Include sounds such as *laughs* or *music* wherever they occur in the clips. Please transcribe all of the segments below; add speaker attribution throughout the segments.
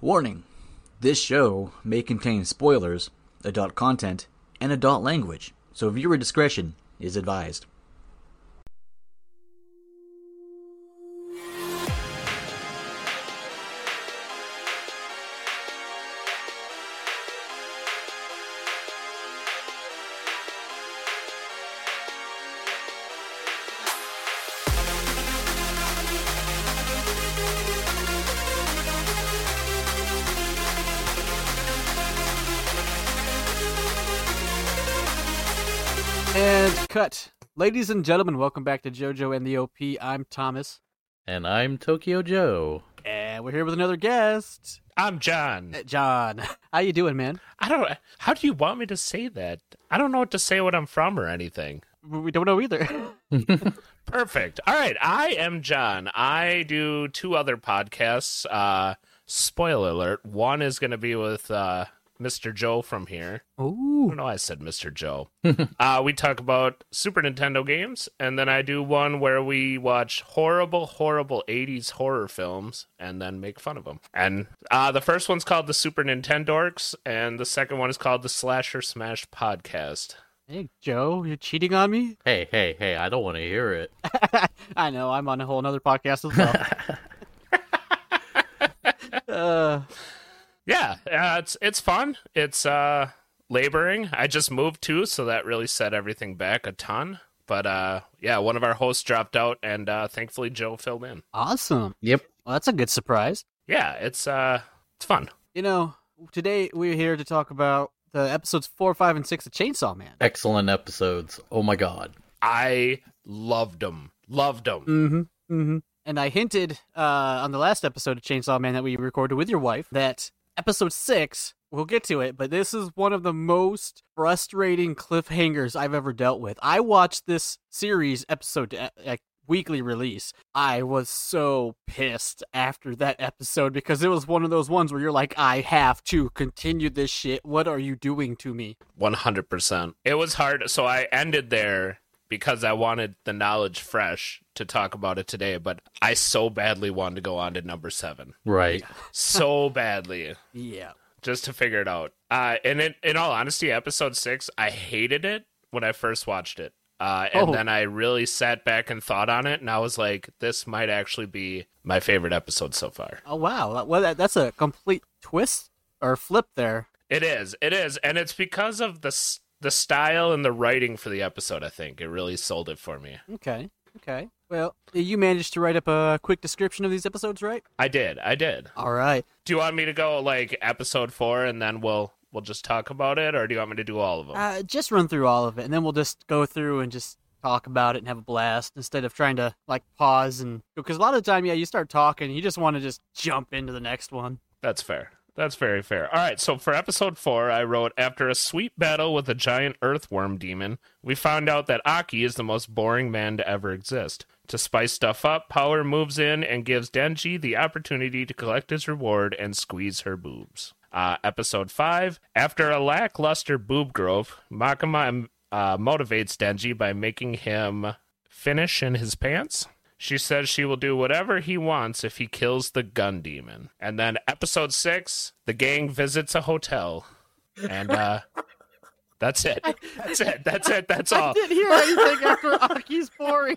Speaker 1: Warning: This show may contain spoilers, adult content, and adult language, so viewer discretion is advised.
Speaker 2: And cut. Ladies and gentlemen, welcome back to JoJo and the OP. I'm Thomas,
Speaker 3: And I'm Tokyo Joe.
Speaker 2: and we're here with another guest,
Speaker 4: I'm John.
Speaker 2: Uh, John. *laughs* How you doing, man?
Speaker 4: I don't. How do you want me to say that? I don't know what to say what I'm from or anything.
Speaker 2: We don't know either.
Speaker 4: Perfect. All right. I am John. I do two other podcasts. Uh, spoiler alert. One is going to be with uh, Mr. Joe from here. I
Speaker 2: Ooh,
Speaker 4: don't know. why I said Mr. Joe. uh, we talk about Super Nintendo games, and then I do one where we watch horrible, horrible '80s horror films and then make fun of them. And uh, the first one's called the Super Nintendorks, and the second one is called the Slasher Smash Podcast.
Speaker 2: hey Joe, you're cheating on me. *laughs*
Speaker 3: Hey, hey, hey, I don't want to hear it.
Speaker 2: I know. I'm on a whole another podcast as well. uh,
Speaker 4: Yeah, uh, it's it's fun. It's uh, laboring. I just moved too, so that really set everything back a ton. But uh, yeah, one of our hosts dropped out, and uh, thankfully Joe filled in.
Speaker 2: awesome.
Speaker 3: Yep.
Speaker 2: Well, that's a good surprise.
Speaker 4: Yeah, it's uh, it's fun.
Speaker 2: You know, today we're here to talk about the episodes four, five, and six of Chainsaw Man.
Speaker 3: Excellent episodes. Oh my god.
Speaker 4: I loved them. Loved them.
Speaker 2: Mm-hmm. Mm-hmm. And I hinted uh, on the last episode of Chainsaw Man that we recorded with your wife that episode six, we'll get to it, but this is one of the most frustrating cliffhangers I've ever dealt with. I watched this series episode to e- like weekly release. I was so pissed after that episode because it was one of those ones where you're like, I have to continue this shit. What are you doing to me?
Speaker 4: One hundred percent. It was hard, so I ended there because I wanted the knowledge fresh to talk about it today. But I so badly wanted to go on to number seven,
Speaker 3: Right.
Speaker 4: so badly,
Speaker 2: Yeah.
Speaker 4: just to figure it out. Uh, and in, in all honesty, episode six, I hated it when I first watched it. Uh, and
Speaker 2: Oh.
Speaker 4: then I really sat back and thought on it, and I was like, "This might actually be my favorite episode so far."
Speaker 2: Oh wow. Well, that, that's a complete twist or flip there.
Speaker 4: It is. It is, and it's because of the s- the style and the writing for the episode. I think it really sold it for me.
Speaker 2: Okay. Okay. Well, you managed to write up a quick description of these episodes, right?
Speaker 4: I did. I did.
Speaker 2: All right.
Speaker 4: Do you want me to go like episode four, and then we'll we'll just talk about it, or do you want me to do all of them?
Speaker 2: Uh, just run through all of it, and then we'll just go through and just talk about it and have a blast instead of trying to like pause and because a lot of the time, yeah, you start talking, you just want to just jump into the next *laughs* one.
Speaker 4: That's fair. That's very fair. All right, so for episode four, I wrote After a sweet battle with a giant earthworm demon, we found out that Aki is the most boring man to ever exist. To spice stuff up, Power moves in and gives Denji the opportunity to collect his reward and squeeze her boobs. Uh, episode five After a lackluster boob grove, Makama uh, motivates Denji by making him finish in his pants. She says she will do whatever he wants if he kills the gun demon. And then episode six, the gang visits a hotel. And uh that's it. That's it. That's it. That's
Speaker 2: I
Speaker 4: all.
Speaker 2: didn't hear anything after Aki's boring.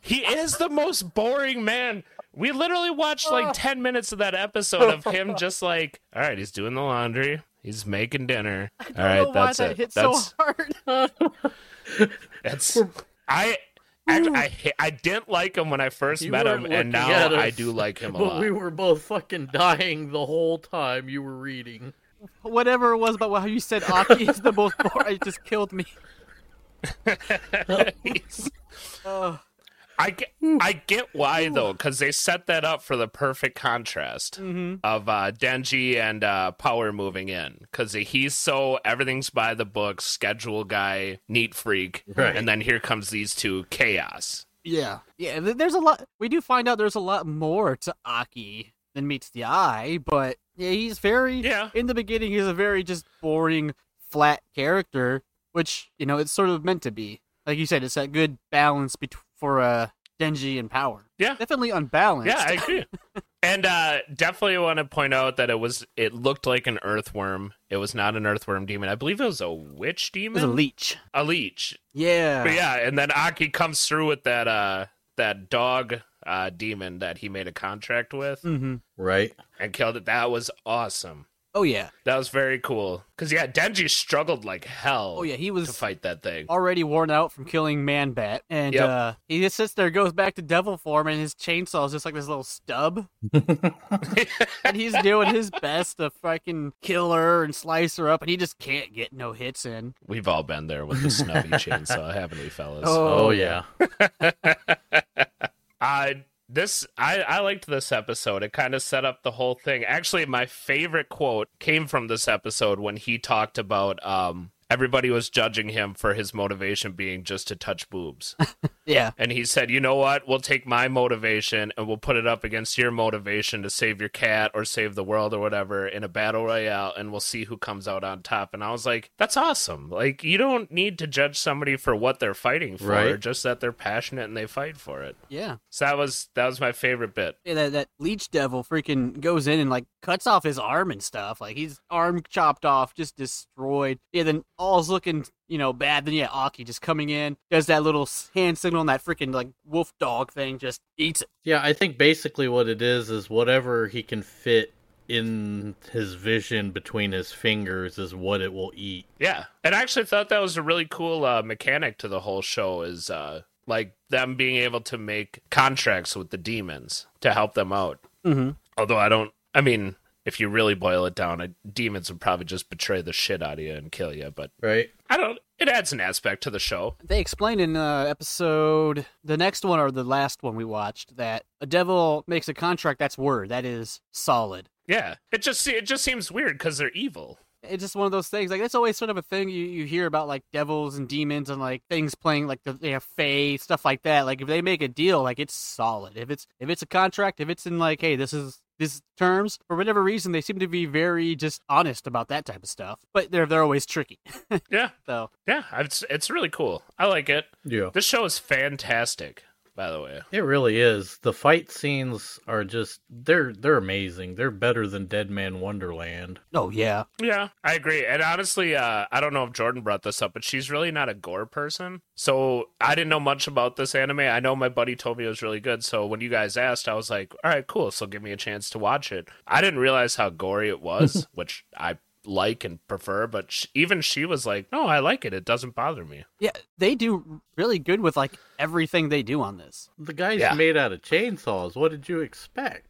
Speaker 4: He is the most boring man. We literally watched like 10 minutes of that episode of him just like, all right, he's doing the laundry. He's making dinner. All
Speaker 2: I don't
Speaker 4: right,
Speaker 2: know why
Speaker 4: that's
Speaker 2: that
Speaker 4: it.
Speaker 2: hit
Speaker 4: that's
Speaker 2: so hard.
Speaker 4: That's I. Actually, I ha- I didn't like him when I first
Speaker 3: You
Speaker 4: met him,
Speaker 3: weren't looking
Speaker 4: and now
Speaker 3: at us,
Speaker 4: I do like him
Speaker 3: *laughs*
Speaker 4: a
Speaker 3: But
Speaker 4: lot.
Speaker 3: we were both fucking dying the whole time you were reading.
Speaker 2: *laughs* Whatever it was about how you said Aki is the most boring, it just killed me.
Speaker 4: He's-
Speaker 2: Oh,
Speaker 4: *laughs* I get, I get why though, because they set that up for the perfect contrast
Speaker 2: mhm.
Speaker 4: of uh, Denji and uh, Power moving in, because he's so everything's by the book, schedule guy, neat freak,
Speaker 3: Right.
Speaker 4: and then here comes these two chaos.
Speaker 2: Yeah. Yeah, th- there's a lot we do find out there's a lot more to Aki than meets the eye, but yeah, he's very
Speaker 4: Yeah,
Speaker 2: in the beginning he's a very just boring, flat character, which, you know, it's sort of meant to be. Like you said, it's that good balance bet- for uh Denji and power.
Speaker 4: Yeah.
Speaker 2: Definitely unbalanced.
Speaker 4: yeah, I agree. And uh, definitely want to point out that it was it looked like an earthworm. It was not an earthworm demon. I believe it was a witch
Speaker 2: It
Speaker 4: demon,
Speaker 2: was a leech.
Speaker 4: a leech.
Speaker 2: Yeah.
Speaker 4: But yeah, and then Aki comes through with that uh that dog uh demon that he made a contract with
Speaker 2: hmm
Speaker 1: Right?
Speaker 4: and killed it. That was awesome.
Speaker 2: Oh yeah.
Speaker 4: That was very cool. Cause yeah, Denji struggled like hell.
Speaker 2: Oh yeah. He
Speaker 4: to
Speaker 2: was
Speaker 4: fight that thing.
Speaker 2: already worn out from killing Man Bat, and
Speaker 4: Yep.
Speaker 2: uh, he just sits there, goes back to devil form, and his chainsaw is just like this little stub, and he's doing his best to fucking kill her and slice her up, and he just can't get no hits in.
Speaker 4: We've all been there with
Speaker 2: *laughs*
Speaker 4: the snubby chainsaw, haven't we, fellas?
Speaker 3: Oh, yeah.
Speaker 4: Uh this I, I liked this episode. It kind of set up the whole thing. Actually, my favorite quote came from this episode when he talked about um everybody was judging him for his motivation being just to touch boobs.
Speaker 2: yeah.
Speaker 4: and he said, "You know what? We'll take my motivation and we'll put it up against your motivation to save your cat or save the world or whatever in a battle royale, and we'll see who comes out on top." And I was like, "That's awesome! Like, you don't need to judge somebody for what they're fighting for,
Speaker 1: Right.
Speaker 4: just that they're passionate and they fight for it."
Speaker 2: Yeah.
Speaker 4: So that was that was my favorite bit.
Speaker 2: Yeah, that that leech devil freaking goes in and like cuts off his arm and stuff. Like he's arm chopped off, just destroyed. Yeah, then all's looking you know bad. Then yeah, Aki just coming in, does that little s- hand signal and that freaking like wolf dog thing just eats it.
Speaker 3: Yeah, I think basically what it is is whatever he can fit in his vision between his fingers is what it will eat.
Speaker 4: Yeah, and I actually thought that was a really cool uh, mechanic to the whole show is uh, like them being able to make contracts with the demons to help them out.
Speaker 2: Mm-hmm.
Speaker 4: Although I don't, I mean, if you really boil it down, uh, demons would probably just betray the shit out of you and kill you. But
Speaker 3: Right?
Speaker 4: I don't. It adds an aspect to the show.
Speaker 2: They explained in uh, episode the next one or the last one we watched that a devil makes a contract. That's word. That is solid.
Speaker 4: Yeah, it just se- it just seems weird because they're evil.
Speaker 2: it's just one of those things. Like that's always sort of a thing you, you hear about like devils and demons and like things playing like the they have fae stuff like that. Like if they make a deal, like it's solid. If it's if it's a contract, if it's in like hey this is this terms for whatever reason they seem to be very just honest about that type of stuff. But they're they're always tricky. *laughs*
Speaker 4: Yeah,
Speaker 2: So
Speaker 4: yeah, it's it's really cool. I like it.
Speaker 3: Yeah.
Speaker 4: This show is fantastic. By the way,
Speaker 3: It really is. The fight scenes are just they're they're amazing. They're better than Dead Man Wonderland.
Speaker 2: oh yeah,
Speaker 4: Yeah, I agree. And honestly, uh, I don't know if Jordan brought this up, but she's really not a gore person. So I didn't know much about this anime. I know my buddy told me it was really good. So when you guys asked, I was like, all right, cool. So give me a chance to watch it. I didn't realize how gory it was, which I like and prefer. But sh- even she was like, no, I like it. It doesn't bother me.
Speaker 2: yeah they do really good with like everything they do on this.
Speaker 3: The guy's
Speaker 4: Yeah.
Speaker 3: made out of chainsaws. What did you expect?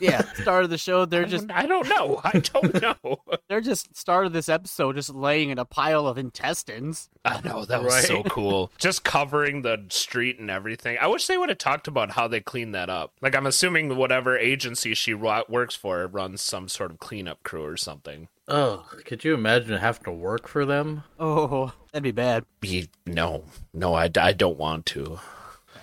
Speaker 2: Yeah, *laughs* start of the show they're just
Speaker 4: I don't know. I don't *laughs* know.
Speaker 2: they're just start of this episode just laying in a pile of intestines.
Speaker 4: I know that was so cool. *laughs* Just covering the street and everything. I wish they would have talked about how they clean that up. Like I'm assuming whatever agency she ro- works for runs some sort of cleanup crew or something.
Speaker 3: Oh, could you imagine having to work for them?
Speaker 2: Oh, that'd be bad.
Speaker 4: Be no, no, I, I don't want to.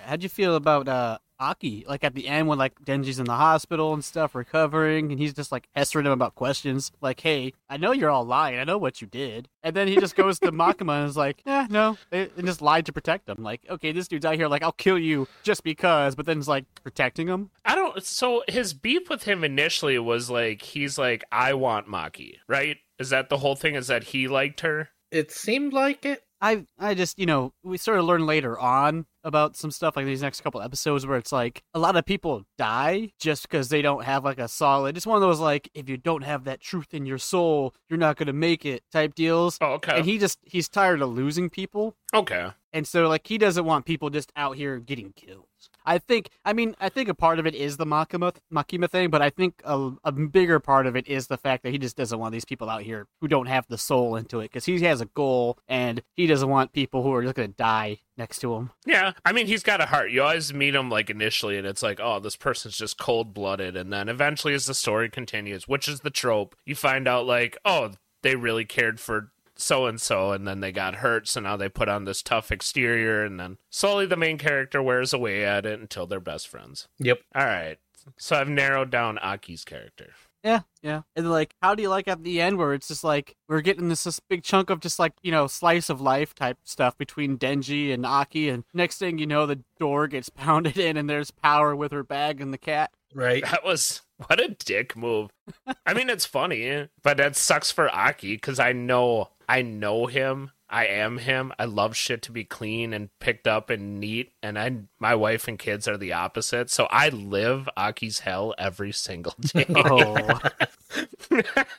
Speaker 2: How'd you feel about uh Aki? Like at the end when like Denji's in the hospital and stuff, recovering, and he's just like pestering him about questions. Like, hey, I know you're all lying. I know what you did. And then he just goes *laughs* to Makima and is like, eh, no, they- and just lied to protect him. Like, okay, this dude's out here. Like, I'll kill you just because. But then it's like protecting him.
Speaker 4: I don't. So his beef with him initially was like he's like I want Maki, right? Is that the whole thing? Is that he liked her?
Speaker 3: It seemed like it.
Speaker 2: I I just you know we sort of learn later on about some stuff like these next couple episodes where it's like a lot of people die just because they don't have like a solid. It's one of those like if you don't have that truth in your soul, you're not gonna make it type deals.
Speaker 4: Oh, okay,
Speaker 2: And he just he's tired of losing people,
Speaker 4: okay,
Speaker 2: and so like he doesn't want people just out here getting killed. I think I mean I think a part of it is the Makima Makima thing, but I think a, a bigger part of it is the fact that he just doesn't want these people out here who don't have the soul into it because he has a goal and he doesn't want people who are just gonna die next to him.
Speaker 4: yeah. I mean, he's got a heart. You always meet him like initially, and it's like, oh, this person's just cold blooded. And then eventually, as the story continues, which is the trope, you find out like, oh, they really cared for so and so, and then they got hurt, so now they put on this tough exterior, and then slowly the main character wears away at it until they're best friends.
Speaker 3: Yep.
Speaker 4: All right. So I've narrowed down Aki's character.
Speaker 2: Yeah, yeah. And like, how do you like at the end where it's just like we're getting this, this big chunk of just like you know slice of life type stuff between Denji *laughs* and Aki, and next thing you know, the door gets pounded in and there's power with her bag and the cat.
Speaker 3: right?
Speaker 4: *laughs* That was what a dick move. I mean, it's funny, but that sucks for Aki because I know I know him. I am him. I love shit to be clean and picked up and neat. And I, my wife and kids are the opposite. So I live Aki's hell every single *laughs* day.
Speaker 2: *laughs* Oh,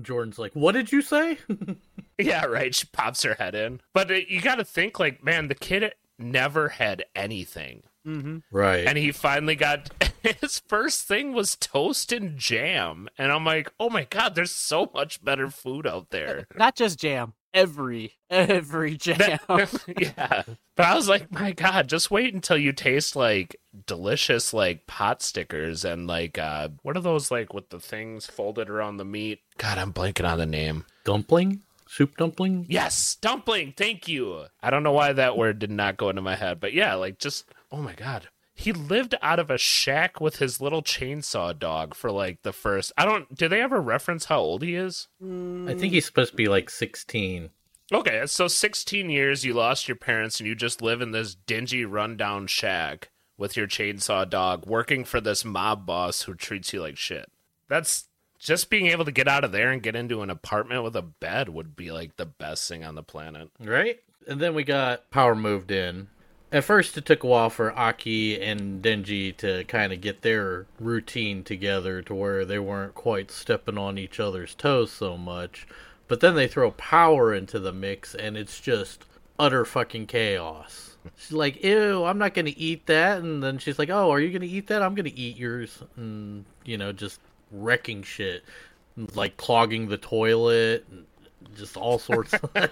Speaker 3: Jordan's like, what did you say? *laughs*
Speaker 4: yeah, right. She pops her head in. But it, you got to think, like, man, the kid never had anything.
Speaker 2: hmm
Speaker 3: Right.
Speaker 4: and he finally got *laughs* his first thing was toast and jam and i'm like oh my god there's so much better food out
Speaker 2: *laughs*
Speaker 4: there
Speaker 2: not just jam. Every *laughs* every jam. *laughs*
Speaker 4: That- *laughs* yeah but i was like my god just wait until you taste like delicious like pot stickers and like uh what are those like with the things folded around the meat god i'm blanking on the name
Speaker 3: dumpling? Soup dumpling?
Speaker 4: yes dumpling thank you i don't know why that word did not go into my head but yeah like just oh my god he lived out of a shack with his little chainsaw dog for like the first i don't do they ever reference how old he is
Speaker 3: I think he's supposed to be like 16.
Speaker 4: okay so 16 years you lost your parents and you just live in this dingy rundown shack with your chainsaw dog working for this mob boss who treats you like shit that's just being able to get out of there and get into an apartment with a bed would be like the best thing on the planet
Speaker 3: Right? And then we got Power moved in. At first, it took a while for Aki and Denji to kind of get their routine together to where they weren't quite stepping on each other's toes so much. But then they throw Power into the mix, and it's just utter fucking chaos. She's like, ew, I'm not going to eat that. And then she's like, oh, are you going to eat that? I'm going to eat yours. And, you know, just wrecking shit. Like clogging the toilet, and just all sorts of. *laughs*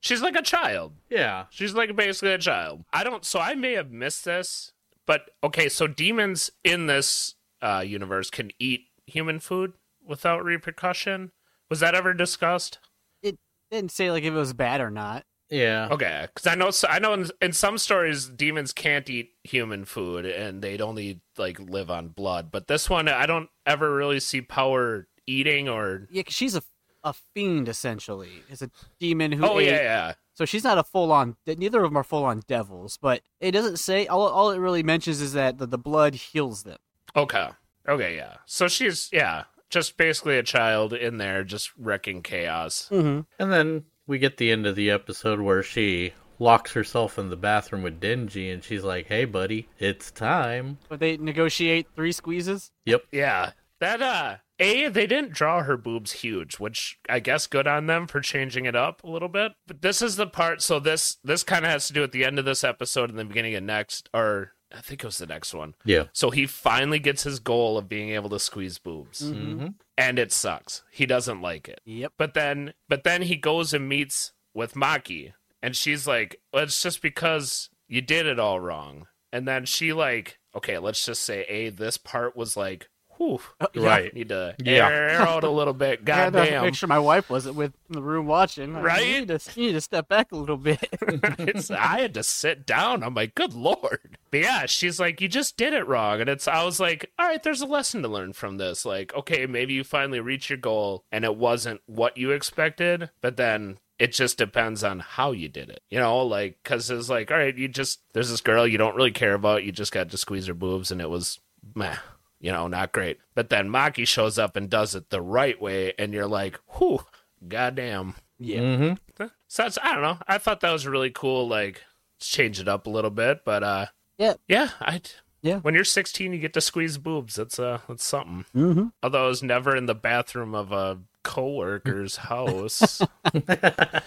Speaker 4: she's like a child
Speaker 3: Yeah.
Speaker 4: She's like basically a child. I don't. So I may have missed this, but okay. So demons in this uh, universe can eat human food without repercussion. Was that ever discussed?
Speaker 2: it didn't say like if it was bad or not.
Speaker 3: Yeah.
Speaker 2: Uh-huh.
Speaker 4: Okay, because I know. So I know in, in some stories demons can't eat human food and they'd only like live on blood. But this one, I don't ever really see power eating or.
Speaker 2: Yeah, 'cause she's a a fiend essentially. It's a demon who
Speaker 4: Oh
Speaker 2: ate-
Speaker 4: yeah, yeah.
Speaker 2: So she's not a full on. Neither of them are full on devils, but it doesn't say. All, all it really mentions is that the, the blood heals them.
Speaker 4: Okay. Okay, yeah. So she's yeah, just basically a child in there, just wrecking chaos.
Speaker 2: Mm-hmm.
Speaker 3: And then we get the end of the episode where she locks herself in the bathroom with Denji and she's like, hey, buddy, it's time.
Speaker 2: But they negotiate three squeezes.
Speaker 3: Yep.
Speaker 4: Yeah. That uh A, they didn't draw her boobs huge, which I guess good on them for changing it up a little bit. But this is the part so this this kinda has to do at the end of this episode and the beginning of next or I think it was the next one.
Speaker 3: Yeah.
Speaker 4: So he finally gets his goal of being able to squeeze boobs.
Speaker 3: Mm-hmm.
Speaker 4: And it sucks. He doesn't like it.
Speaker 2: Yep.
Speaker 4: But then but then he goes and meets with Maki and she's like, well, "It's just because you did it all wrong." And then she like, "Okay, let's just say a this part was like, whew,
Speaker 3: Right.
Speaker 4: need to
Speaker 3: Yeah.
Speaker 4: air out a little bit.
Speaker 2: I had to
Speaker 4: Goddamn,
Speaker 2: make sure my wife wasn't with in the room watching. Like,
Speaker 4: Right?
Speaker 2: You need, to, you need to step back a little bit. *laughs*
Speaker 4: *laughs* It's- I had to sit down. I'm like, good lord. But yeah, she's like, you just did it wrong, and it's. I was like, all right, there's a lesson to learn from this. Like, okay, maybe you finally reach your goal, and it wasn't what you expected, but then. It just depends on how you did it, you know, like, cause it's like, all right, you just, there's this girl you don't really care about. You just got to squeeze her boobs and it was, meh, you know, not great. But then Maki shows up and does it the right way. And you're like, whew, goddamn.
Speaker 2: yeah.
Speaker 3: Mm-hmm.
Speaker 4: So that's, I don't know. I thought that was really cool. Like change it up a little bit, but uh,
Speaker 2: Yeah.
Speaker 4: yeah. I
Speaker 2: Yeah.
Speaker 4: When you're 16, you get to squeeze boobs. That's uh, that's something.
Speaker 2: Mm-hmm.
Speaker 4: Although I was never in the bathroom of a
Speaker 2: *laughs*
Speaker 4: coworker's house.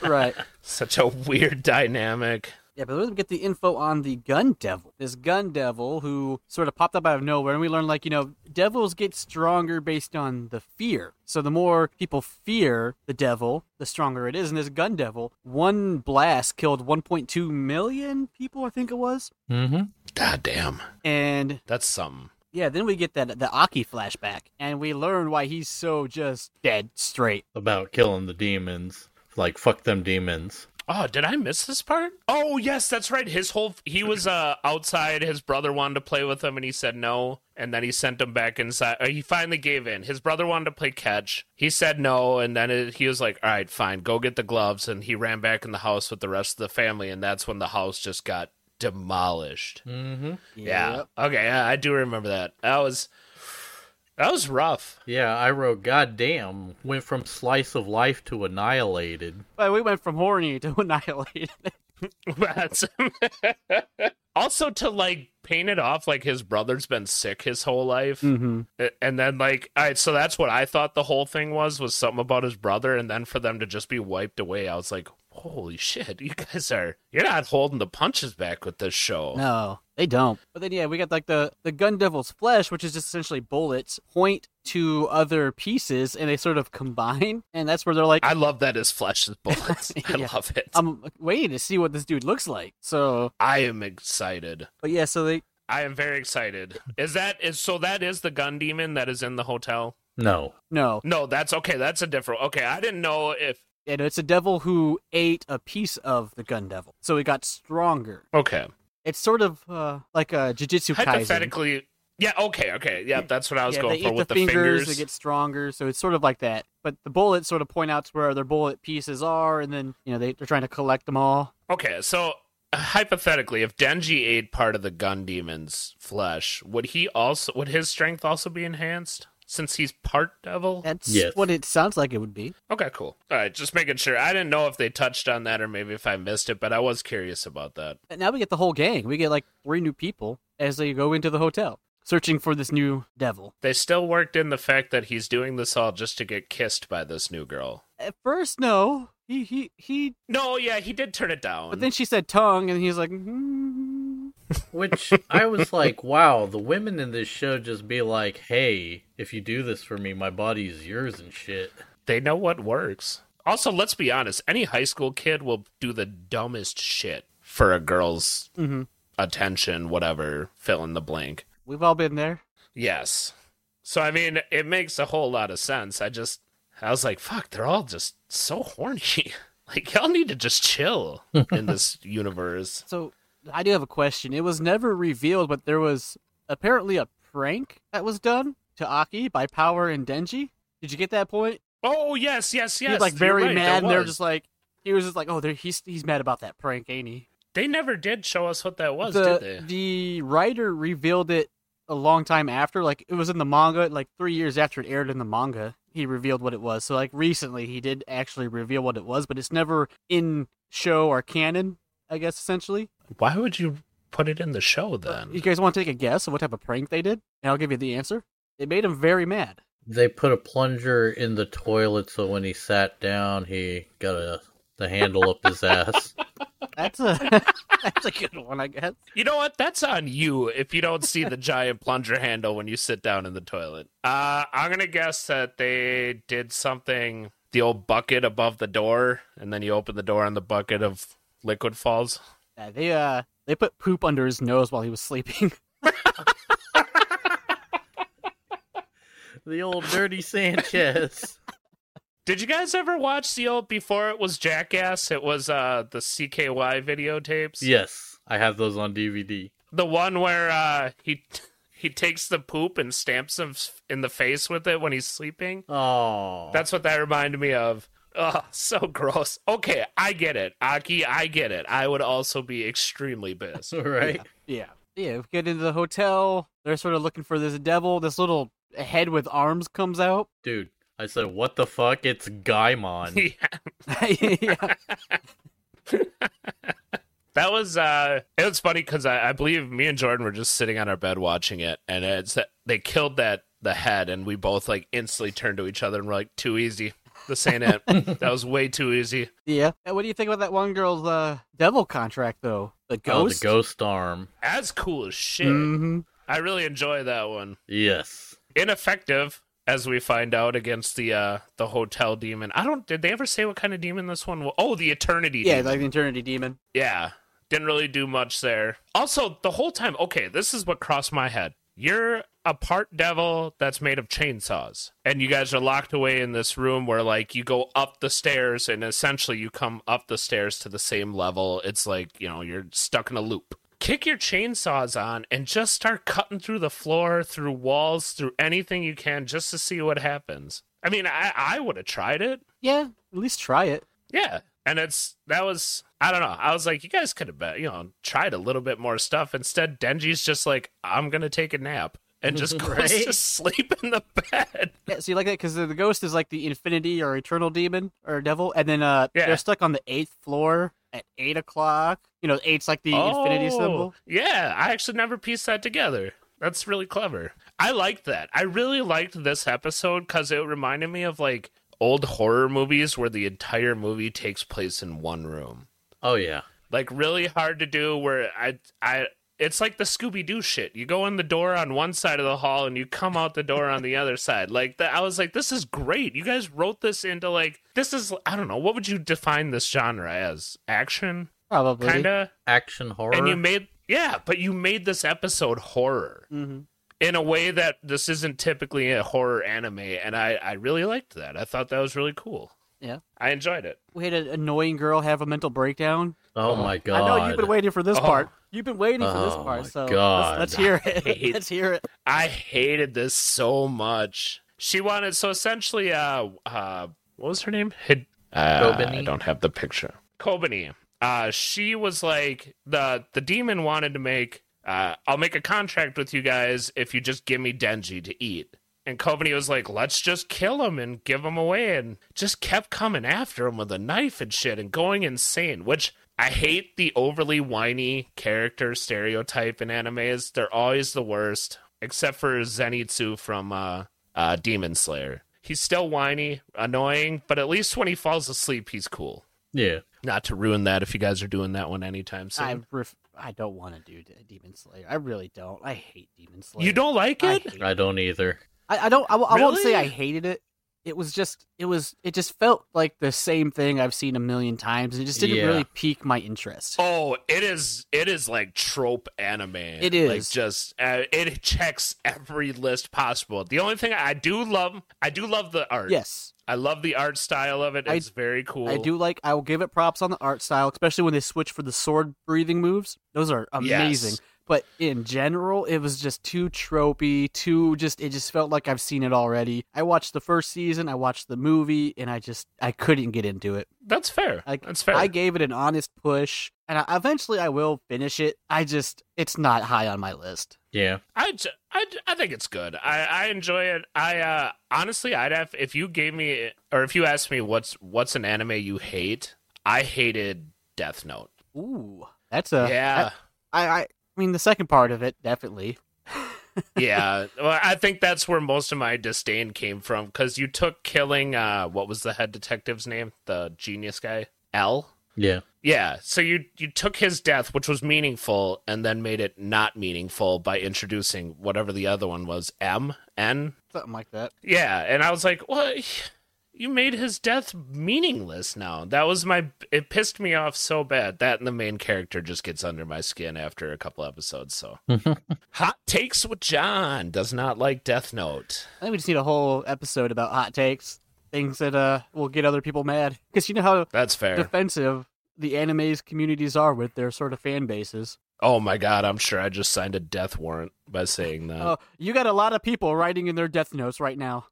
Speaker 2: Right.
Speaker 4: Such a weird dynamic.
Speaker 2: Yeah, but let's get the info on the gun devil. This gun devil who sort of popped up out of nowhere, and we learned like you know devils get stronger based on the fear. So the more people fear the devil, the stronger it is. And this gun devil, one blast killed 1.2 million people, I think it was.
Speaker 3: Mm-hmm.
Speaker 4: God damn,
Speaker 2: And
Speaker 4: that's something.
Speaker 2: yeah, then we get that the Aki flashback, and we learn why he's so just dead straight.
Speaker 3: About killing the demons. Like, fuck them demons.
Speaker 4: Oh, did I miss this part? Oh, yes, that's right. His whole he was uh outside. His brother wanted to play with him, and he said no. And then he sent him back inside. uh, He finally gave in. His brother wanted to play catch. He said no, and then it, he was like, "All right, fine, go get the gloves." And he ran back in the house with the rest of the family, and that's when the house just got
Speaker 5: demolished.
Speaker 3: Mm-hmm.
Speaker 5: Yeah. Okay, yeah, I do remember that. That was that was rough.
Speaker 3: Yeah, I wrote, goddamn, went from slice of life to annihilated.
Speaker 2: But we went from horny to *laughs* annihilated.
Speaker 4: That's *laughs* also to like paint it off like his brother's been sick his whole life,
Speaker 2: mm-hmm.
Speaker 4: A- and then like I so that's what I thought the whole thing was was something about his brother, and then for them to just be wiped away, I was like, holy shit, *laughs* you guys are you're not holding the punches back with this show.
Speaker 2: No, they don't. But then yeah, we got like the the Gun Devil's Flesh, which is just essentially bullets point to other pieces, and they sort of combine, and that's where they're like, *laughs*
Speaker 5: I love that his flesh is
Speaker 4: *laughs*
Speaker 5: bullets. I
Speaker 2: Yeah. Um,
Speaker 5: love it.
Speaker 2: I'm waiting to see what this dude looks like. So,
Speaker 5: I am excited.
Speaker 2: but yeah, so they
Speaker 4: I am very excited. Is that is so that is the gun demon that is in the hotel?
Speaker 3: No.
Speaker 2: no,
Speaker 4: No, that's okay. That's a different. Okay, I didn't know if.
Speaker 2: and it's a devil who ate a piece of the Gun Devil, so he got stronger.
Speaker 4: Okay.
Speaker 2: It's sort of uh, like a Jujutsu Kaisen.
Speaker 4: Hypothetically, yeah. Okay. Okay. Yeah, that's what I was
Speaker 2: Yeah,
Speaker 4: going
Speaker 2: they
Speaker 4: for
Speaker 2: eat
Speaker 4: with
Speaker 2: the
Speaker 4: the
Speaker 2: fingers,
Speaker 4: fingers.
Speaker 2: they get stronger, so it's sort of like that. But the bullets sort of point out to where their bullet pieces are, and then you know they, they're trying to collect them all.
Speaker 4: Okay. So uh, hypothetically, if Denji ate part of the gun demon's flesh, would he also would his strength also be enhanced since he's part devil?
Speaker 2: That's
Speaker 3: Yes.
Speaker 2: what it sounds like it would be.
Speaker 4: Okay. Cool. All right. Just making sure. I didn't know if they touched on that or maybe if I missed it, but I was curious about that.
Speaker 2: And now we get the whole gang. We get like three new people as they go into the hotel searching for this new devil.
Speaker 4: They still worked in the fact that he's doing this all just to get kissed by this new girl.
Speaker 2: At first, no, he he he.
Speaker 4: No, yeah, he did turn it down.
Speaker 2: But then she said tongue, and he's like, mm.
Speaker 3: Which I *laughs* was like, wow, the women in this show just be like, hey, if you do this for me, my body is yours and shit.
Speaker 4: they know what works. Also, let's be honest, any high school kid will do the dumbest shit for a girl's
Speaker 2: Mhm.
Speaker 4: attention, whatever, fill in the blank.
Speaker 2: "We've all been there."
Speaker 4: Yes. So I mean, it makes a whole lot of sense. I just I was like, fuck, they're all just so horny. *laughs* Like y'all need to just chill
Speaker 2: *laughs*
Speaker 4: in this universe.
Speaker 2: So I do have a question. It was never revealed, but there was apparently a prank that was done to Aki by Power and Denji. Did you get that point?
Speaker 4: Oh yes, yes, yes.
Speaker 2: he's like
Speaker 4: you're
Speaker 2: very
Speaker 4: right,
Speaker 2: mad, and
Speaker 4: there
Speaker 2: they're
Speaker 4: was.
Speaker 2: just like, he was just like, "Oh, they're, he's he's mad about that prank, ain't he?"
Speaker 4: They never did show us what that was,
Speaker 2: the,
Speaker 4: did they?
Speaker 2: the writer revealed it a long time after like it was in the manga like three years after it aired in the manga he revealed what it was so like recently he did actually reveal what it was but it's never in show or canon i guess essentially
Speaker 4: Why would you put it in the show then?
Speaker 2: you guys want to take a guess of what type of prank they did and i'll give you the answer it made him very mad
Speaker 3: They put a plunger in the toilet so when he sat down, he got a, the handle up his ass.
Speaker 2: that's a *laughs* that's a good one i guess
Speaker 4: You know what? That's on you if you don't see the *laughs* giant plunger handle when you sit down in the toilet. Uh, I'm going to guess that they did something, the old bucket above the door, and then you open the door and the bucket of liquid falls.
Speaker 2: Yeah, they uh they put poop under his nose while he was sleeping
Speaker 3: The old dirty Sanchez.
Speaker 4: Did you guys ever watch the old before it was Jackass? It was uh, the CKY
Speaker 3: *laughs*
Speaker 4: videotapes.
Speaker 3: yes, I have those on DVD.
Speaker 4: The one where uh, he he takes the poop and stamps him in the face with it when he's sleeping.
Speaker 3: Oh,
Speaker 4: *laughs* That's what that reminded me of. Oh, so gross. Okay, I get it. Aki, I get it. I would also be extremely
Speaker 3: *laughs*
Speaker 4: pissed. *laughs*
Speaker 3: right.
Speaker 2: Yeah. Yeah, we get into the hotel. They're sort of looking for this devil. This little head with arms comes out. *laughs*
Speaker 3: Dude, I said, what the fuck? It's
Speaker 4: *laughs*
Speaker 3: Gaimon.
Speaker 4: yeah.
Speaker 2: yeah.
Speaker 4: That was uh it was funny because I, I believe me and Jordan were just sitting on our bed watching it and it's that they killed that the head and we both like instantly turned to each other and were like, Too easy. This ain't it. that was way too easy.
Speaker 2: Yeah. And what do you think about that one girl's uh, devil contract, though? The
Speaker 3: Oh, the
Speaker 2: ghost?
Speaker 3: ghost arm.
Speaker 4: As cool as shit.
Speaker 2: Mhm.
Speaker 4: I really enjoy that one.
Speaker 3: Yes.
Speaker 4: ineffective as we find out against the uh the hotel demon. I don't did they ever say what kind of demon this one was? Oh, the eternity
Speaker 2: Yeah,
Speaker 4: demon.
Speaker 2: like the Eternity Demon.
Speaker 4: yeah. Didn't really do much there. Also, the whole time, okay, this is what crossed my head. You're a part devil that's made of chainsaws. And you guys are locked away in this room where like you go up the stairs and essentially you come up the stairs to the same level. It's like, you know, you're stuck in a loop. Kick your chainsaws on and just start cutting through the floor, through walls, through anything you can just to see what happens. I mean, I, I would have tried it.
Speaker 2: Yeah, at least try it.
Speaker 4: Yeah. And it's that was I don't know. I was like, you guys could have bet, you know, tried a little bit more stuff. Instead, Denji's just like, I'm gonna take a nap and
Speaker 2: *laughs*
Speaker 4: just goes to
Speaker 3: Right?
Speaker 4: sleep in the bed.
Speaker 2: Yeah, so you like that because the the ghost is like the infinity or eternal demon or devil, and then uh,
Speaker 4: Yeah.
Speaker 2: they're stuck on the eighth floor at eight o'clock. You know, eight's like the infinity symbol.
Speaker 4: Oh. Yeah, I actually never pieced that together. That's really clever. I liked that. I really liked this episode because it reminded me of like old horror movies where the entire movie takes place in one room.
Speaker 3: Oh yeah.
Speaker 4: like really hard to do where i i it's like the scooby-doo shit you go in the door on one side of the hall and you come out the door on the other side like that i was like this is great you guys wrote this into like this is i don't know what would you define this genre as action
Speaker 2: Probably.
Speaker 4: kinda
Speaker 3: Action horror.
Speaker 4: and you made yeah but you made this episode horror
Speaker 2: Mhm.
Speaker 4: in a way that this isn't typically a horror anime and i i really liked that i thought that was really cool
Speaker 2: Yeah.
Speaker 4: i enjoyed it
Speaker 2: We had an annoying girl have a mental breakdown.
Speaker 3: oh my god.
Speaker 2: I know you've been waiting for this
Speaker 4: Oh.
Speaker 2: part. You've been waiting for this
Speaker 3: Oh
Speaker 2: part.
Speaker 3: my
Speaker 2: So
Speaker 3: God.
Speaker 2: Let's, let's hear
Speaker 3: *laughs*
Speaker 2: it.
Speaker 4: hate-
Speaker 2: let's hear it.
Speaker 4: I hated this so much. She wanted so essentially uh uh what was her name? Hid- uh,
Speaker 3: Kobani?
Speaker 4: I don't have the picture. Kobani. Uh she was like the the demon wanted to make uh I'll make a contract with you guys if you just give me Denji to eat. And Kobani was like, let's just kill him and give him away and just kept coming after him with a knife and shit and going insane, which I hate the overly whiny character stereotype in animes. They're always the worst, except for Zenitsu from uh, uh, Demon Slayer. He's still whiny, annoying, but at least when he falls asleep, he's cool.
Speaker 3: Yeah.
Speaker 4: Not to ruin that if you guys are doing that one anytime soon.
Speaker 2: I ref- I don't want to do De- Demon Slayer. I really don't. I hate Demon Slayer.
Speaker 4: you don't like
Speaker 2: I
Speaker 4: it?
Speaker 2: hate
Speaker 3: I don't either.
Speaker 2: I, I don't. I, w- I won't say I
Speaker 4: Really?
Speaker 2: hated it. It was just. It was. It just felt like the same thing I've seen a million times. It just didn't
Speaker 3: Yeah.
Speaker 2: really pique my interest.
Speaker 4: Oh, it is it is like trope anime. It like
Speaker 2: is.
Speaker 4: just uh, it checks every list possible. The only thing I do love, I do love the art.
Speaker 2: Yes,
Speaker 4: I love the art style of it.
Speaker 2: I-
Speaker 4: It's very cool.
Speaker 2: I do like. I will give it props on the art style, especially when they switch for the sword breathing moves. Those are amazing.
Speaker 4: Yes.
Speaker 2: But in general, it was just too tropey. Too just. It just felt like I've seen it already. I watched the first season. I watched the movie, and I just. I couldn't get into it.
Speaker 4: That's fair.
Speaker 2: Like
Speaker 4: That's fair.
Speaker 2: I gave it an honest push, and I, eventually I will finish it. I just. It's not high on my list.
Speaker 3: Yeah.
Speaker 4: I, j- I, j- I think it's good. I, I enjoy it. I uh, honestly, I'd have if you gave me or if you asked me what's what's an anime you hate. I hated Death Note.
Speaker 2: Ooh, that's a
Speaker 4: yeah,
Speaker 2: I, I I mean the second part of it definitely.
Speaker 4: *laughs* yeah. Well, I think that's where most of my disdain came from because you took killing. Uh, what was the head detective's name? The genius guy, L.
Speaker 3: Yeah.
Speaker 4: Yeah, so you you took his death, which was meaningful, and then made it not meaningful by introducing whatever the other one was, M N.
Speaker 2: Something like that.
Speaker 4: Yeah, and I was like, "Well, you made his death meaningless now." That was my it pissed me off so bad. That and the main character just gets under my skin after a couple episodes, so. Hot takes with John does not like Death Note.
Speaker 2: I think we just need a whole episode about hot takes, things that uh will get other people mad because you know how
Speaker 4: That's fair.
Speaker 2: defensive the anime's communities are with their sort of fan bases.
Speaker 4: Oh my god, I'm sure I just signed a death warrant by saying that. *laughs*
Speaker 2: Oh, you got a lot of people writing in their death notes right now.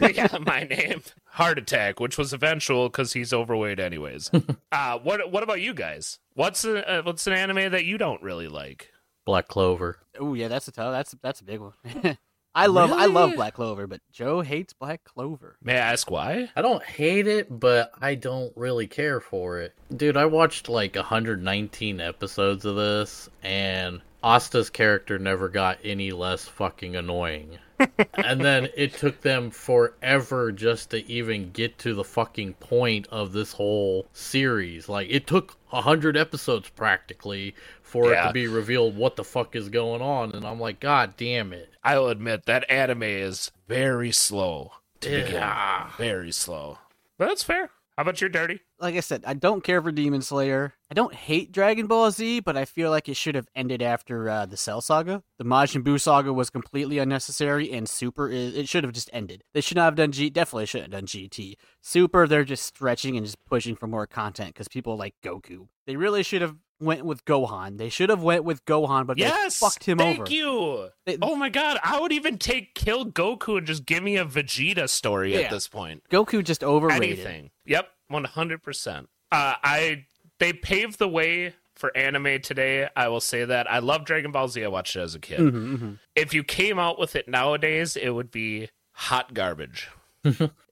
Speaker 4: yeah, my name. Heart attack, which was eventual because he's overweight, anyways. uh, what What about you guys? What's a, uh, What's an anime that you don't really like?
Speaker 3: Black Clover.
Speaker 2: Oh yeah, that's a tough. That's that's a big one. *laughs* I love I love Black Clover, but Joe hates Black Clover.
Speaker 4: May I ask why?
Speaker 3: I don't hate it, but I don't really care for it. Dude, I watched like 119 episodes of this, and Asta's character never got any less fucking annoying. and then it took them forever just to even get to the fucking point of this whole series. Like, it took 100 episodes practically for it
Speaker 4: Yeah.
Speaker 3: to be revealed what the fuck is going on. And I'm like, God damn it.
Speaker 4: I will admit that anime is very slow to
Speaker 3: Yeah.
Speaker 4: begin. Very slow. But that's fair. How about your dirty?
Speaker 2: like I said, I don't care for Demon Slayer. I don't hate Dragon Ball Z, but I feel like it should have ended after uh, the Cell Saga. The Majin Buu saga was completely unnecessary, and Super is it should have just ended. They should not have done G. Definitely shouldn't have done GT. Super, they're just stretching and just pushing for more content because people like Goku. They really should have went with Gohan. They should have went with Gohan, but
Speaker 4: yes.
Speaker 2: they fucked him
Speaker 4: thank
Speaker 2: over.
Speaker 4: you.
Speaker 2: They-
Speaker 4: oh my god, I would even take kill Goku and just give me a Vegeta story
Speaker 2: Yeah.
Speaker 4: at this point.
Speaker 2: Goku just overrated.
Speaker 4: Anything. Yep. One hundred percent. uh, I they paved the way for anime today. I will say that I love Dragon Ball Z. I watched it as a
Speaker 2: Mm-hmm.
Speaker 4: kid. If you came out with it nowadays, it would be
Speaker 2: *laughs*
Speaker 4: hot garbage.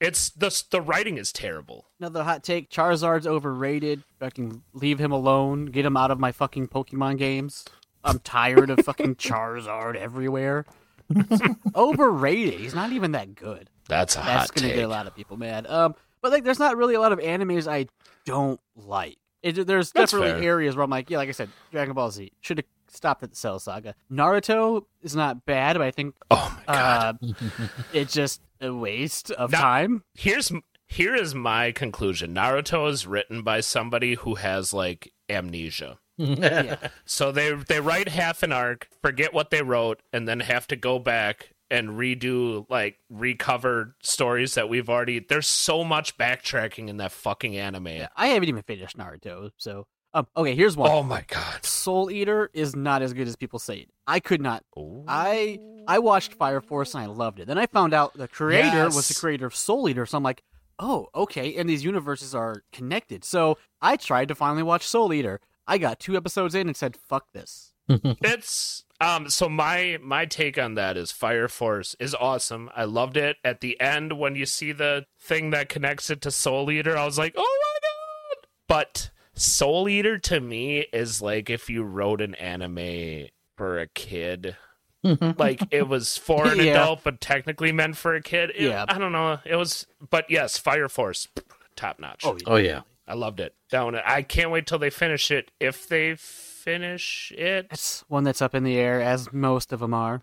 Speaker 4: it's the the writing is terrible.
Speaker 2: Another hot take: Charizard's overrated. Fucking leave him alone. Get him out of my fucking Pokemon games. I'm tired of
Speaker 5: *laughs*
Speaker 2: fucking Charizard everywhere. *laughs* overrated. He's not even that good.
Speaker 5: That's a
Speaker 2: That's
Speaker 5: hot
Speaker 2: gonna
Speaker 5: take.
Speaker 2: get a lot of people mad. Um, but like, there's not really a lot of animes I don't like. It, there's
Speaker 5: That's
Speaker 2: definitely
Speaker 5: fair.
Speaker 2: areas where I'm like, yeah, like I said, Dragon Ball Z should have stopped at the Cell Saga. Naruto is not bad, but I think
Speaker 5: Oh my god.
Speaker 2: uh,
Speaker 5: *laughs*
Speaker 2: it's just a waste of
Speaker 4: Not-
Speaker 2: time.
Speaker 4: Here's m- here is my conclusion. Naruto is written by somebody who has like amnesia.
Speaker 2: Yeah.
Speaker 4: So they they write half an arc, forget what they wrote, and then have to go back and redo like recover stories that we've already. There's so much backtracking in that fucking anime.
Speaker 2: I haven't even finished Naruto, so um, okay, here's one.
Speaker 5: Oh my god.
Speaker 2: Soul Eater is not as good as people say it. I could not. I I watched Fire Force and I loved it. Then I found out the creator was the
Speaker 4: Yes.
Speaker 2: creator of Soul Eater, so I'm like, oh, okay. And these universes are connected. So I tried to finally watch Soul Eater. I got two episodes in and said, fuck this.
Speaker 4: It's um so my my take on that is Fire Force is awesome. I loved it. At the end when you see the thing that connects it to Soul Eater, I was like, "Oh my god." But Soul Eater to me is like if you wrote an anime for a kid.
Speaker 2: *laughs*
Speaker 4: like it was for an
Speaker 2: Yeah.
Speaker 4: adult but technically meant for a kid. It-
Speaker 2: Yeah.
Speaker 4: I don't know. It was but yes, Fire Force top notch.
Speaker 2: Oh, yeah.
Speaker 3: *laughs* Oh yeah.
Speaker 4: I loved it. That one I can't wait till they finish it if they finish it.
Speaker 2: That's one that's up in the air, as most of them are.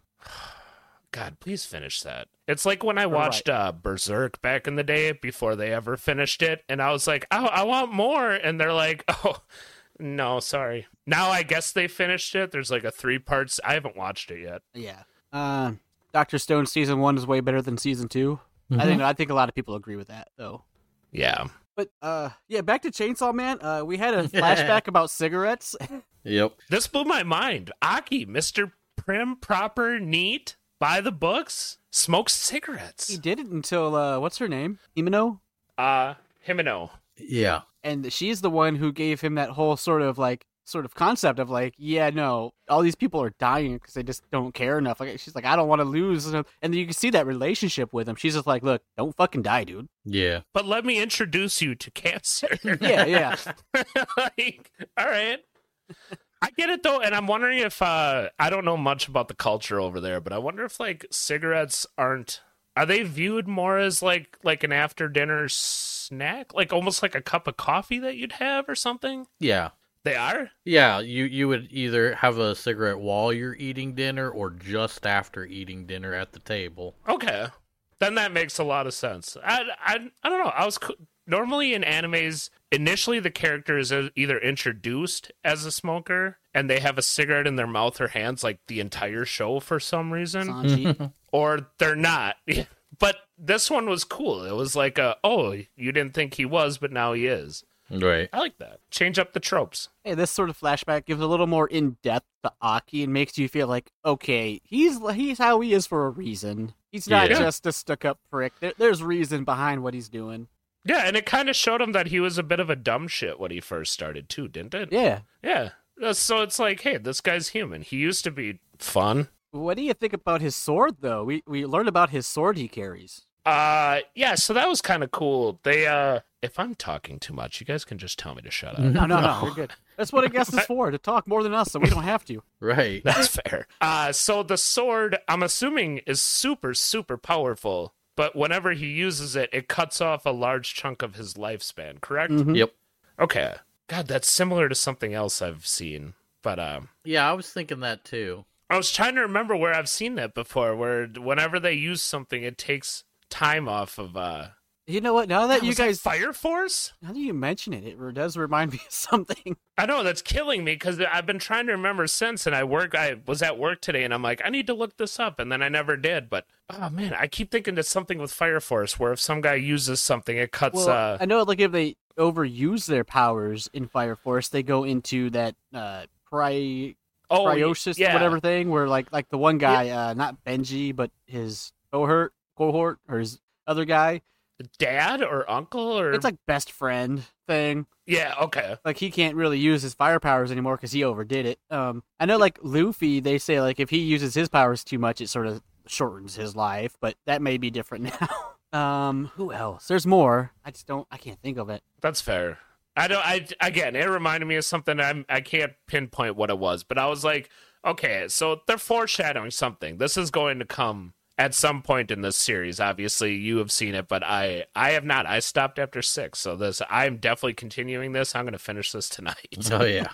Speaker 4: God, please finish that. It's like when I
Speaker 2: right.
Speaker 4: watched uh, Berserk back in the day before they ever finished it, and I was like, oh, I want more. And they're like, *laughs* oh, no, sorry. Now I guess they finished it. There's like a three parts. I haven't watched it yet.
Speaker 2: Yeah. Uh, Doctor Stone season one is way better than season 2 I think I think a lot of people agree with that though.
Speaker 4: Yeah.
Speaker 2: But uh, yeah, back to Chainsaw Man. Uh, we had a flashback about cigarettes.
Speaker 3: Yep.
Speaker 4: This blew my mind. Aki, Mr. Prim, proper, neat, by the books, smokes cigarettes.
Speaker 2: he did it until uh, what's her name, Himeno,
Speaker 4: Uh, Himeno.
Speaker 3: Yeah.
Speaker 2: and she's the one who gave him that whole sort of like sort of concept of like, yeah, no, all these people are dying because they just don't care enough. Like she's like, I don't want to lose, and then you can see that relationship with him. She's just like, look, don't fucking die, dude.
Speaker 3: Yeah.
Speaker 4: But let me introduce you to cancer.
Speaker 2: Yeah, yeah.
Speaker 4: *laughs* like, all right. I get it though, and I'm wondering if uh, I don't know much about the culture over there, but I wonder if like cigarettes aren't are they viewed more as like like an after dinner snack, like almost like a cup of coffee that you'd have or something?
Speaker 3: Yeah.
Speaker 4: They are.
Speaker 3: Yeah, you you would either have a cigarette while you're eating dinner or just after eating dinner at the table.
Speaker 4: Okay, then that makes a lot of sense. I I, I don't know. I was co- normally in animes. Initially, the character is e-, either introduced as a smoker and they have a cigarette in their mouth or hands like the entire show for some reason,
Speaker 2: Sanji.
Speaker 4: or they're not. *laughs* but this one was cool. It was like, a, oh, you didn't think he was, but now he is.
Speaker 3: Right.
Speaker 4: I like that. Change up the tropes.
Speaker 2: Hey, this sort of flashback gives a little more in depth to Aki and makes you feel like, okay, he's he's how he is for a reason. He's not
Speaker 3: Yeah.
Speaker 2: just a stuck up prick. There, there's reason behind what he's doing.
Speaker 4: Yeah, and it kind of showed him that he was a bit of a dumb shit when he first started, too, didn't it?
Speaker 2: Yeah.
Speaker 4: Yeah. Uh, So it's like, hey, this guy's human. He used to be fun.
Speaker 2: What do you think about his sword, though? We we learned about his sword he carries.
Speaker 4: Uh yeah, so that was kind of cool. They uh if I'm talking too much, you guys can just tell me to shut up.
Speaker 2: No, no, no, you're good. That's what a guest is for—to talk more than us, so we don't have to.
Speaker 3: Right.
Speaker 4: *laughs* That's fair. Uh so the sword, I'm assuming is super super powerful, but whenever he uses it, it cuts off a large chunk of his lifespan, correct?
Speaker 2: Mhm.
Speaker 3: Yep.
Speaker 4: Okay. God, that's similar to something else I've seen. But um
Speaker 3: Yeah, I was thinking that too.
Speaker 4: I was trying to remember where I've seen that before where whenever they use something it takes time off of uh
Speaker 2: You know what? Now that you
Speaker 4: was that
Speaker 2: guys,
Speaker 4: Fire Force?
Speaker 2: now that you mention it, it re- does remind *laughs* me of something.
Speaker 4: I know that's killing me because I've been trying to remember since, and I work. I was at work today, and I'm like, I need to look this up, and then I never did. But oh man, I keep thinking it's something with Fire Force, where if some guy uses something, it cuts.
Speaker 2: Well,
Speaker 4: uh,
Speaker 2: I know, like if they overuse their powers in Fire Force, they go into that uh, pri-
Speaker 4: oh,
Speaker 2: cryosis,
Speaker 4: yeah.
Speaker 2: whatever thing, where like like the one guy, uh, not Benji, but his cohort, cohort, or his other guy,
Speaker 5: dad or uncle or
Speaker 2: It's like best friend thing.
Speaker 5: yeah, okay.
Speaker 2: Like he can't really use his fire powers anymore because he overdid it. Um, I know like Luffy, they say like if he uses his powers too much, it sort of shortens his life, but that may be different *laughs* now. um, who else? There's more. I just don't. I can't think of it.
Speaker 5: That's fair.
Speaker 4: I don't. I again, it reminded me of something. I'm. I can't pinpoint what it was, but I was like, okay, so they're foreshadowing something. This is going to come at some point in this series. Obviously, you have seen it, but I. I have not. I stopped after six, so this. I'm definitely continuing this. I'm going to finish this tonight.
Speaker 3: Oh yeah.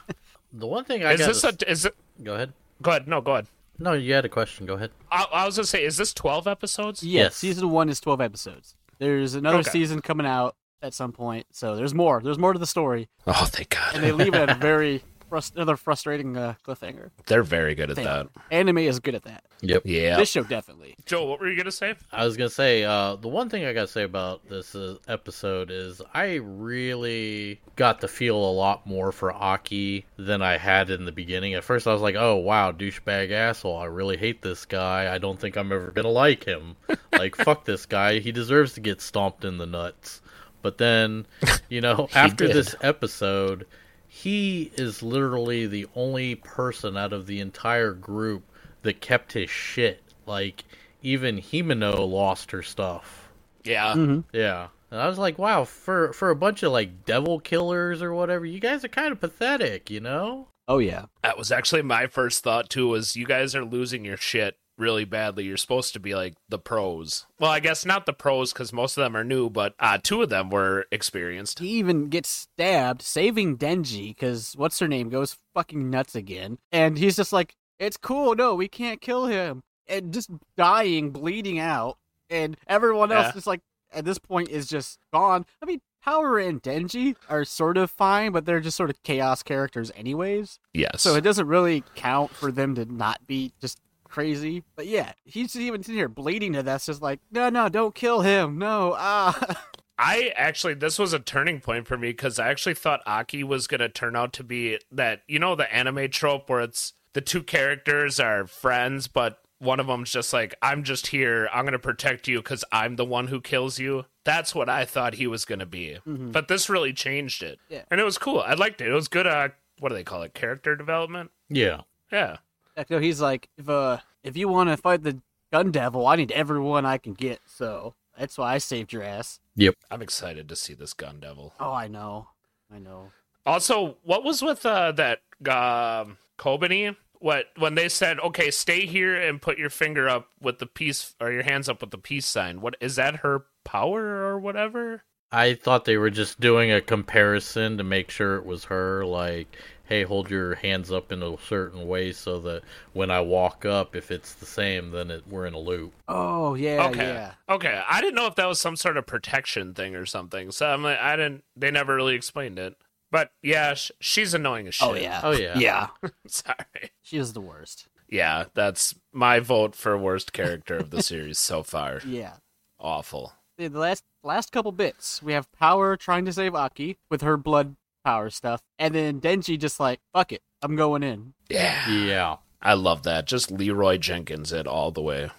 Speaker 3: The one thing *laughs* I
Speaker 4: is
Speaker 3: got
Speaker 4: this a? Is it?
Speaker 3: go ahead.
Speaker 4: Go ahead. No, go ahead.
Speaker 3: No, you had a question. Go ahead.
Speaker 4: I, I was gonna say, is this twelve episodes?
Speaker 2: Yeah,
Speaker 3: Yes.
Speaker 2: season one is twelve episodes. There's another
Speaker 4: Okay.
Speaker 2: season coming out at some point, so there's more. There's more to the story,
Speaker 5: Oh, thank God.
Speaker 2: and they leave it at a
Speaker 3: *laughs*
Speaker 2: very frust- another frustrating uh, cliffhanger.
Speaker 5: They're very good at
Speaker 2: Thing.
Speaker 5: that.
Speaker 2: Anime is good at that.
Speaker 3: Yep.
Speaker 5: Yeah.
Speaker 2: This show definitely.
Speaker 4: Joe, what were you gonna say?
Speaker 3: I was gonna say uh, the one thing I gotta say about this uh episode is I really got to feel a lot more for Aki than I had in the beginning. At first, I was like, "Oh wow, douchebag asshole! I really hate this guy. I don't think I'm ever gonna like him. like, fuck this guy. He deserves to get stomped in the nuts." But then, you know, after
Speaker 5: did.
Speaker 3: this episode, he is literally the only person out of the entire group that kept his shit. Like, even Himeno lost her stuff.
Speaker 5: yeah.
Speaker 3: Uh-huh.
Speaker 2: Mm-hmm.
Speaker 3: Yeah. And I was like, wow, for for a bunch of like devil killers or whatever, you guys are kind of pathetic, you know?
Speaker 2: Oh yeah,
Speaker 4: That was actually my first thought too. Was you guys are losing your shit really badly. You're supposed to be like the pros. Well, I guess not the pros because most of them are new, but uh, two of them were experienced.
Speaker 2: he even gets stabbed, saving Denji because what's her name goes fucking nuts again, and he's just like, "It's cool, no, we can't kill him," and just dying, bleeding out, and everyone else
Speaker 4: Yeah.
Speaker 2: just like at this point is just gone. I mean, Power and Denji are sort of fine, but they're just sort of chaos characters, anyways.
Speaker 4: Yes.
Speaker 2: So it doesn't really count for them to not be just crazy. But yeah, he's just even sitting here bleeding to death, just like, no, no, don't kill him. No, ah. *laughs*
Speaker 4: I actually this was a turning point for me because I actually thought Aki was gonna turn out to be that you know the anime trope where it's the two characters are friends, but one of them's just like I'm just here, I'm gonna protect you because I'm the one who kills you. That's what I thought he was gonna be, but this really changed it,
Speaker 2: Yeah.
Speaker 4: and it was cool. I liked it. It was good. Uh, what do they call it? Character development.
Speaker 3: Yeah.
Speaker 4: Yeah.
Speaker 2: Heck, No, he's like, if uh, if you want to fight the gun devil, I need everyone I can get. So that's why I saved your ass.
Speaker 4: I'm excited to see this gun devil.
Speaker 2: Oh, I know, I know.
Speaker 4: Also, what was with uh, that um, Kobani? What when they said, "Okay, stay here and put your finger up with the peace or your hands up with the peace sign"? What is that? Her power or whatever?
Speaker 3: I thought they were just doing a comparison to make sure it was her, like, hey, hold your hands up in a certain way so that when I walk up, if it's the same, then it, we're in a loop.
Speaker 2: Oh yeah,
Speaker 4: okay,
Speaker 2: yeah.
Speaker 4: okay. I didn't know if that was some sort of protection thing or something. So I'm like, I didn't. They never really explained it. But yeah, sh- she's annoying as shit.
Speaker 2: Oh yeah.
Speaker 3: Oh, yeah.
Speaker 2: Yeah.
Speaker 4: *laughs* Sorry.
Speaker 2: She is the worst.
Speaker 4: Yeah, that's my vote for worst character of the series
Speaker 2: *laughs*
Speaker 4: so far.
Speaker 2: Yeah.
Speaker 4: Awful.
Speaker 2: the the last last couple bits, we have Power trying to save Aki with her blood power stuff, and then Denji just like, fuck it, I'm going in.
Speaker 4: Yeah,
Speaker 3: Yeah.
Speaker 4: I love that. Just Leroy Jenkins it all the way.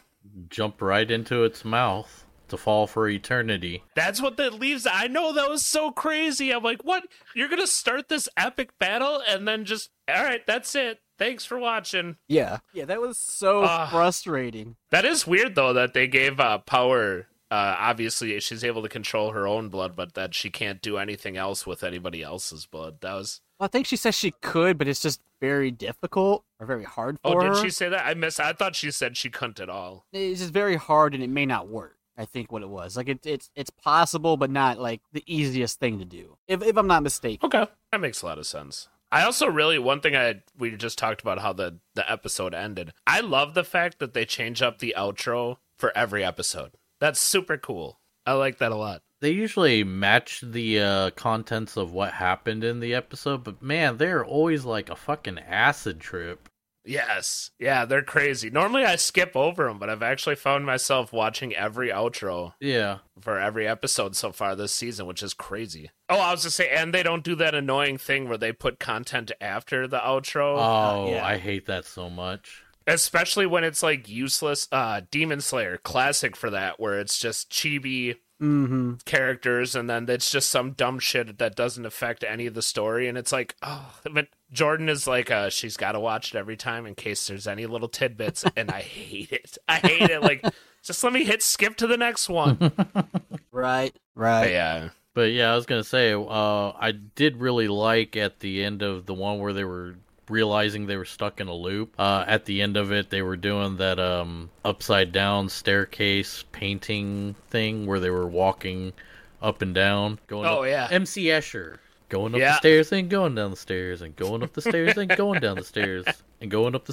Speaker 3: Jump right into its mouth to fall for eternity.
Speaker 4: That's what that leaves. I know that was so crazy. I'm like, what? You're gonna start this epic battle and then just all right, that's it. Thanks for watching.
Speaker 2: Yeah. Yeah, that was so
Speaker 4: Ah.
Speaker 2: frustrating.
Speaker 4: That is weird though that they gave uh, power. Uh, obviously, she's able to control her own blood, but that she can't do anything else with anybody else's blood. That was.
Speaker 2: Well, I think she says she could, but it's just very difficult or very hard
Speaker 4: Oh,
Speaker 2: for
Speaker 4: did
Speaker 2: her.
Speaker 4: she say that? I miss. I thought she said she couldn't at all.
Speaker 2: It's just very hard, and it may not work. I think what it was like it, it's it's possible, but not like the easiest thing to do. If if I'm not mistaken.
Speaker 4: Okay, that makes a lot of sense. I also really one thing I we just talked about how the the episode ended. I love the fact that they change up the outro for every episode. That's super cool. I like that a lot.
Speaker 3: they usually match the uh, contents of what happened in the episode, but man, they're always like a fucking acid trip.
Speaker 4: Yes. Yeah, they're crazy. Normally I skip over them, but I've actually found myself watching every outro
Speaker 3: Yeah.
Speaker 4: for every episode so far this season, which is crazy. Oh, I was just saying, and they don't do that annoying thing where they put content after the outro.
Speaker 3: Oh,
Speaker 2: yeah.
Speaker 3: I hate that so much.
Speaker 4: especially when it's like useless uh demon slayer classic for that where it's just chibi characters, and then it's just some dumb shit that doesn't affect any of the story. And it's like, oh, but Jordan is like, uh, she's got to watch it every time in case there's any little tidbits, and I hate it. I hate it. Like, just let me hit skip to the next one.
Speaker 2: Right, right.
Speaker 4: yeah.
Speaker 3: But yeah, I was gonna say, uh, I did really like at the end of the one where they were realizing they were stuck in a loop. Uh, at the end of it, they were doing that um, upside down staircase painting thing where they were walking up and down, going.
Speaker 5: Oh,
Speaker 3: up-
Speaker 5: yeah.
Speaker 3: MC Escher going up the
Speaker 5: Yeah.
Speaker 3: stairs and going down the stairs and going up the stairs and going down the stairs and going up the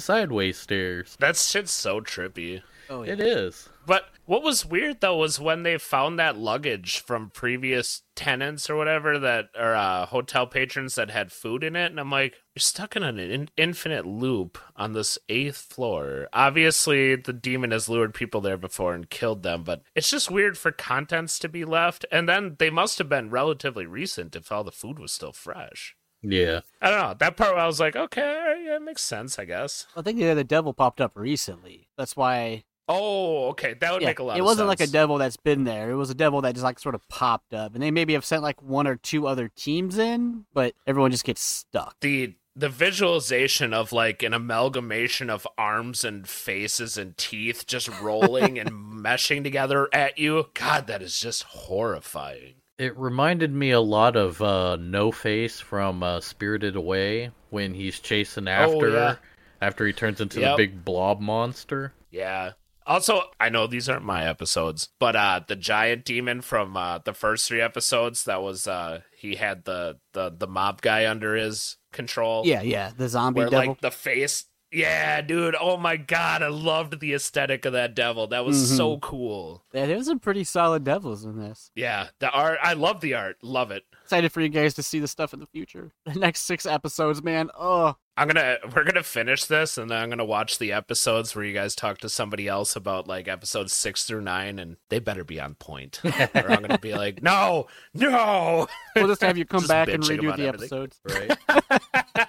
Speaker 5: *laughs*
Speaker 3: sideways stairs.
Speaker 4: That shit's so trippy.
Speaker 2: Oh, yeah.
Speaker 3: It is.
Speaker 4: But what was weird though was when they found that luggage from previous tenants or whatever that or uh, hotel patrons that had food in it, and I'm like, you're stuck in an in- infinite loop on this eighth floor. Obviously, the demon has lured people there before and killed them, but it's just weird for contents to be left. And then they must have been relatively recent if all the food was still fresh.
Speaker 3: Yeah.
Speaker 4: I don't know. That part I was like, okay, all right, yeah, it makes sense, I guess.
Speaker 2: I think the other devil popped up recently. That's why.
Speaker 4: Oh, okay, that would
Speaker 2: yeah,
Speaker 4: make a lot.
Speaker 2: it
Speaker 4: of
Speaker 2: wasn't like
Speaker 4: sense.
Speaker 2: a devil that's been there. It was a devil that just like sort of popped up, and they maybe have sent like one or two other teams in, but everyone just gets stuck.
Speaker 4: the the visualization of like an amalgamation of arms and faces and teeth just
Speaker 2: *laughs*
Speaker 4: rolling and meshing together at you. God, that is just horrifying.
Speaker 3: It reminded me a lot of uh, No Face from uh, Spirited Away when he's chasing after
Speaker 4: Oh, yeah.
Speaker 3: after he turns into the
Speaker 4: Yep.
Speaker 3: big blob monster.
Speaker 4: Yeah. Also, I know these aren't my episodes, but uh the giant demon from uh the first three episodes that was uh he had the the the mob guy under his control.
Speaker 2: Yeah, yeah. The zombie
Speaker 4: where
Speaker 2: devil.
Speaker 4: like the face yeah, dude. Oh my god, I loved the aesthetic of that devil. That was so
Speaker 2: Mm-hmm.
Speaker 4: cool.
Speaker 2: Yeah, There's some pretty solid devils in this.
Speaker 4: Yeah, the art. I love the art. Love it.
Speaker 2: Excited for you guys to see the stuff in the future. *laughs* The next six episodes, man. Oh,
Speaker 4: I'm gonna *laughs* we're gonna finish this and then I'm gonna watch the episodes where you guys talk to somebody else about like episodes six through nine and they better be on point. or I'm gonna be like, No, no *laughs*
Speaker 2: we'll just have you come
Speaker 4: Just
Speaker 2: back and
Speaker 4: bitching
Speaker 2: redo
Speaker 4: about
Speaker 2: the
Speaker 4: everything.
Speaker 2: episodes.
Speaker 4: *laughs*
Speaker 3: Right.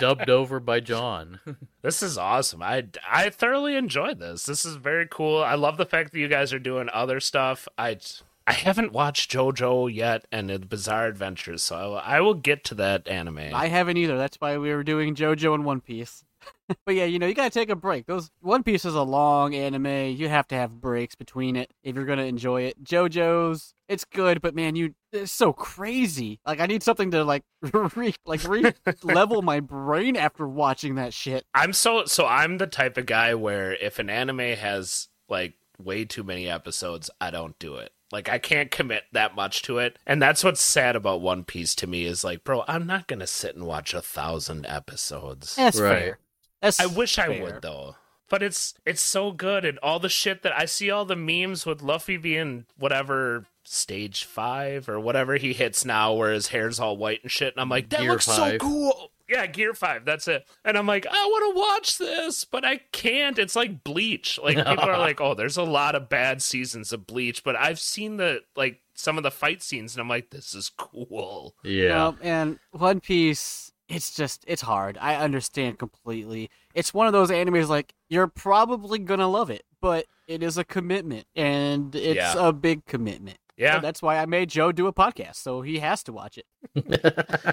Speaker 3: Dubbed over by John.
Speaker 4: This is awesome. I I thoroughly enjoyed this. This is very cool. I love the fact that you guys are doing other stuff. I I haven't watched JoJo yet and the Bizarre Adventures, so I will, I will get to that anime.
Speaker 2: I haven't either. That's why we were doing JoJo and One Piece. *laughs* but yeah, you know, you gotta take a break. Those One Piece is a long anime. You have to have breaks between it if you're gonna enjoy it. JoJo's, it's good, but man, you it's so crazy. Like I need something to like *laughs* re like re
Speaker 4: *laughs*
Speaker 2: level my brain after watching that shit.
Speaker 4: I'm so so I'm the type of guy where if an anime has like way too many episodes, I don't do it. Like I can't commit that much to it. And that's what's sad about One Piece to me is like, bro, I'm not gonna sit and watch a thousand episodes.
Speaker 2: That's
Speaker 3: Right.
Speaker 2: fair. That's
Speaker 4: I wish I
Speaker 2: fair.
Speaker 4: would though. But it's it's so good and all the shit that I see all the memes with Luffy being whatever stage five or whatever he hits now where his hair's all white and shit and I'm like, That
Speaker 3: Gear
Speaker 4: looks
Speaker 3: five.
Speaker 4: so cool. Yeah, Gear Five, that's it. And I'm like, I wanna watch this, but I can't. It's like bleach. *laughs* Like people are like, Oh, there's a lot of bad seasons of bleach, but I've seen the like some of the fight scenes and I'm like, This is cool.
Speaker 3: Yeah.
Speaker 2: Um, and One Piece, it's just it's hard. I understand completely. It's one of those animes like you're probably gonna love it, but it is a commitment, and it's
Speaker 4: Yeah.
Speaker 2: a big commitment.
Speaker 4: Yeah.
Speaker 2: So that's why I made Joe do a podcast, so he has to watch it.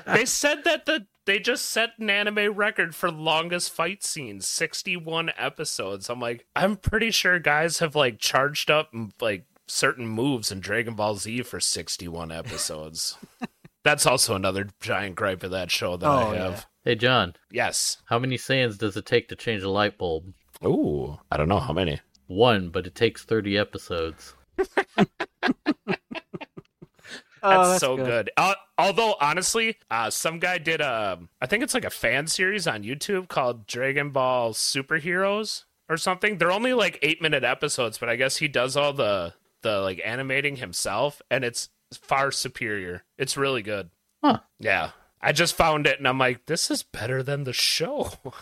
Speaker 4: they said that the they just set an anime record for longest fight scenes 61 episodes i'm like i'm pretty sure guys have like charged up m- like certain moves in dragon ball z for
Speaker 2: *laughs*
Speaker 4: 61 episodes that's also another giant gripe of that show that
Speaker 2: Oh,
Speaker 4: i
Speaker 2: yeah.
Speaker 4: have
Speaker 3: Hey John,
Speaker 4: yes
Speaker 3: how many sands does it take to change a light bulb?
Speaker 4: ooh i don't know how many
Speaker 3: One, but it takes thirty episodes.
Speaker 2: Oh,
Speaker 4: that's, so good. Al- although honestly, uh, some guy did a, I think it's like a fan series on YouTube called Dragon Ball Superheroes or something. They're only like eight minute episodes, but I guess he does all the the like animating himself, and it's far superior. It's really good.
Speaker 3: Huh.
Speaker 4: Yeah. I just found it and I'm like, this is better than the show. *laughs* I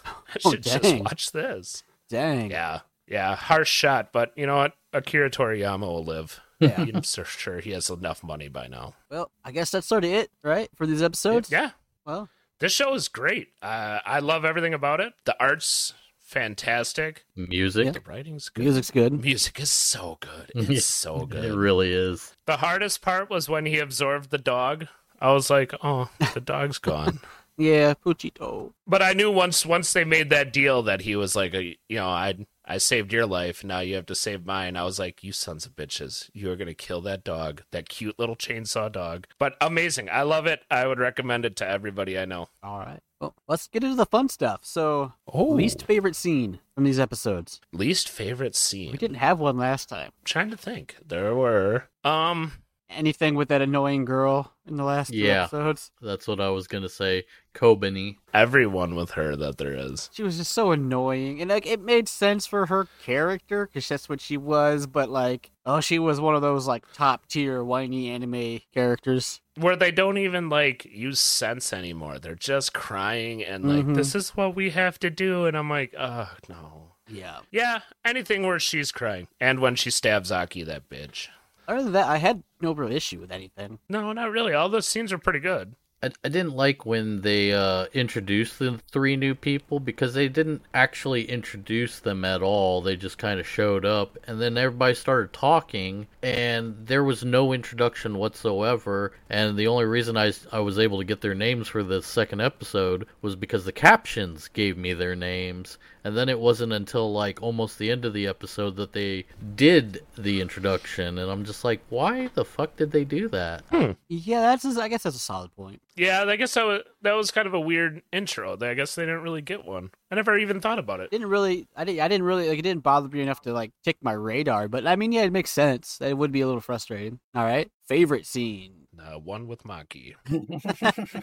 Speaker 2: Oh,
Speaker 4: should just
Speaker 2: dang.
Speaker 4: watch this.
Speaker 2: Dang.
Speaker 4: Yeah. Yeah. Harsh shot, but you know what? Akira Toriyama will live.
Speaker 2: Yeah.
Speaker 4: I'm so sure he has enough money by
Speaker 2: *laughs*
Speaker 4: now.
Speaker 2: Well, I guess that's sort of it, right, for these episodes.
Speaker 4: Yeah.
Speaker 2: Well,
Speaker 4: This show is great. Uh, I love everything about it. The art's fantastic.
Speaker 3: Music.
Speaker 4: The writing's good.
Speaker 2: Music's good.
Speaker 4: Music is so good.
Speaker 3: *laughs* Yeah.
Speaker 4: It's so
Speaker 3: It
Speaker 4: good.
Speaker 3: really is.
Speaker 4: The hardest part was when he absorbed the dog. I was like, oh, the
Speaker 3: *laughs*
Speaker 4: dog's gone.
Speaker 2: Yeah, Puchito.
Speaker 4: but I knew once once they made that deal that he was like, a, you know, I I saved your life. Now you have to save mine. I was like, you sons of bitches, you are gonna kill that dog, that cute little chainsaw dog. But amazing, I love it. I would recommend it to everybody I know.
Speaker 2: All right. Well, let's get into the fun stuff. So,
Speaker 4: Oh,
Speaker 2: least favorite scene from these episodes.
Speaker 4: least favorite scene.
Speaker 2: We didn't have one last time.
Speaker 4: trying to think. There were um
Speaker 2: Anything with that annoying girl in the last two
Speaker 3: Yeah.
Speaker 2: episodes?
Speaker 3: That's what I was gonna say. Kobani.
Speaker 4: everyone with her that there is.
Speaker 2: She was just so annoying, and like it made sense for her character because that's what she was. But like, oh, she was one of those like top tier whiny anime characters.
Speaker 4: where they don't even like use sense anymore. They're just crying and like
Speaker 2: Mhm.
Speaker 4: this is what we have to do and I'm like, "Uh, no."
Speaker 2: Yeah.
Speaker 4: Yeah, anything where she's crying and when she stabs Aki that bitch.
Speaker 2: Other than that, I had no real issue with anything.
Speaker 4: No, not really. All those scenes are pretty good.
Speaker 3: I, I didn't like when they uh, introduced the three new people because they didn't actually introduce them at all. They just kind of showed up, and then everybody started talking, and there was no introduction whatsoever. And the only reason I, s- I was able to get their names for the second episode was because the captions gave me their names. And then it wasn't until like almost the end of the episode that they did the introduction, and I'm just like, why the fuck did they do that?
Speaker 2: Yeah, that's just, I guess that's a solid point.
Speaker 4: Yeah, I guess that was, that was kind of a weird intro. I guess they didn't really get one. I never even thought about it.
Speaker 2: Didn't really, I didn't, I didn't really like it. Didn't bother me enough to like tick my radar. But I mean, yeah, it makes sense. It would be a little frustrating. All right, favorite scene.
Speaker 4: Uh, one
Speaker 2: *laughs*
Speaker 4: with Maki. *laughs*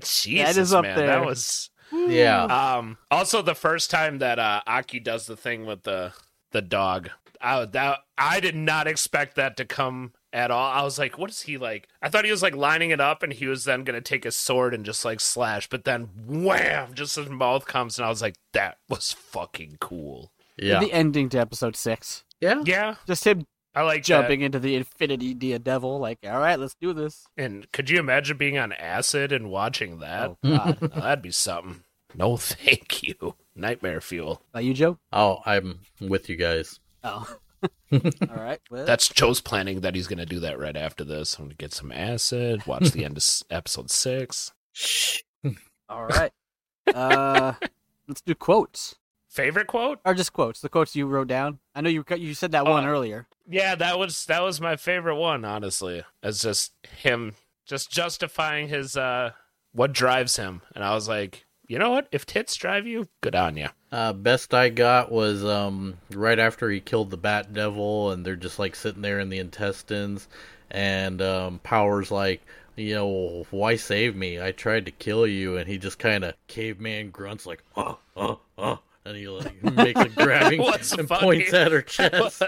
Speaker 4: Jesus,
Speaker 2: up
Speaker 4: man,
Speaker 2: there.
Speaker 4: that was
Speaker 3: Yeah.
Speaker 4: Um. Also, the first time that uh, Aki does the thing with the the dog, I that I did not expect that to come at all. I was like, "What is he like?" I thought he was like lining it up, and he was then gonna take his sword and just like slash. But then, wham! Just his mouth comes, and I was like, "That was fucking cool."
Speaker 3: Yeah.
Speaker 2: The ending to episode six.
Speaker 3: yeah.
Speaker 4: Yeah,
Speaker 2: Just him
Speaker 4: I like
Speaker 2: jumping into the infinity dia devil. Like, all right, let's do this.
Speaker 4: That. And could you imagine being on acid and watching that?
Speaker 2: Oh God. *laughs*
Speaker 4: Now, that'd be something. No, *laughs* thank you. Nightmare fuel.
Speaker 2: About you, Joe?
Speaker 3: Oh, I'm with you guys.
Speaker 2: *laughs* Oh. All right. Well,
Speaker 4: That's Joe's planning that he's going to do that right after this. I'm going to get some acid, watch the end of s- episode six.
Speaker 2: all right. Uh, let's do quotes
Speaker 4: Favorite quote?
Speaker 2: or just quotes. The quotes you wrote down. I know you you said that one
Speaker 4: Uh,
Speaker 2: earlier.
Speaker 4: Yeah, that was that was my favorite one, honestly. It's just him just justifying his uh what drives him. And I was like, you know what? If tits drive you, good on you.
Speaker 3: Uh, best I got was um, right after he killed the Bat Devil, and they're just like sitting there in the intestines, and um, Powers like, you know, why save me? I tried to kill you, and he just kind of caveman grunts like, oh, oh, oh, and he like
Speaker 4: *laughs*
Speaker 3: makes a grabbing
Speaker 4: What's
Speaker 3: and
Speaker 4: funny?
Speaker 3: points at her
Speaker 4: *laughs*
Speaker 3: chest.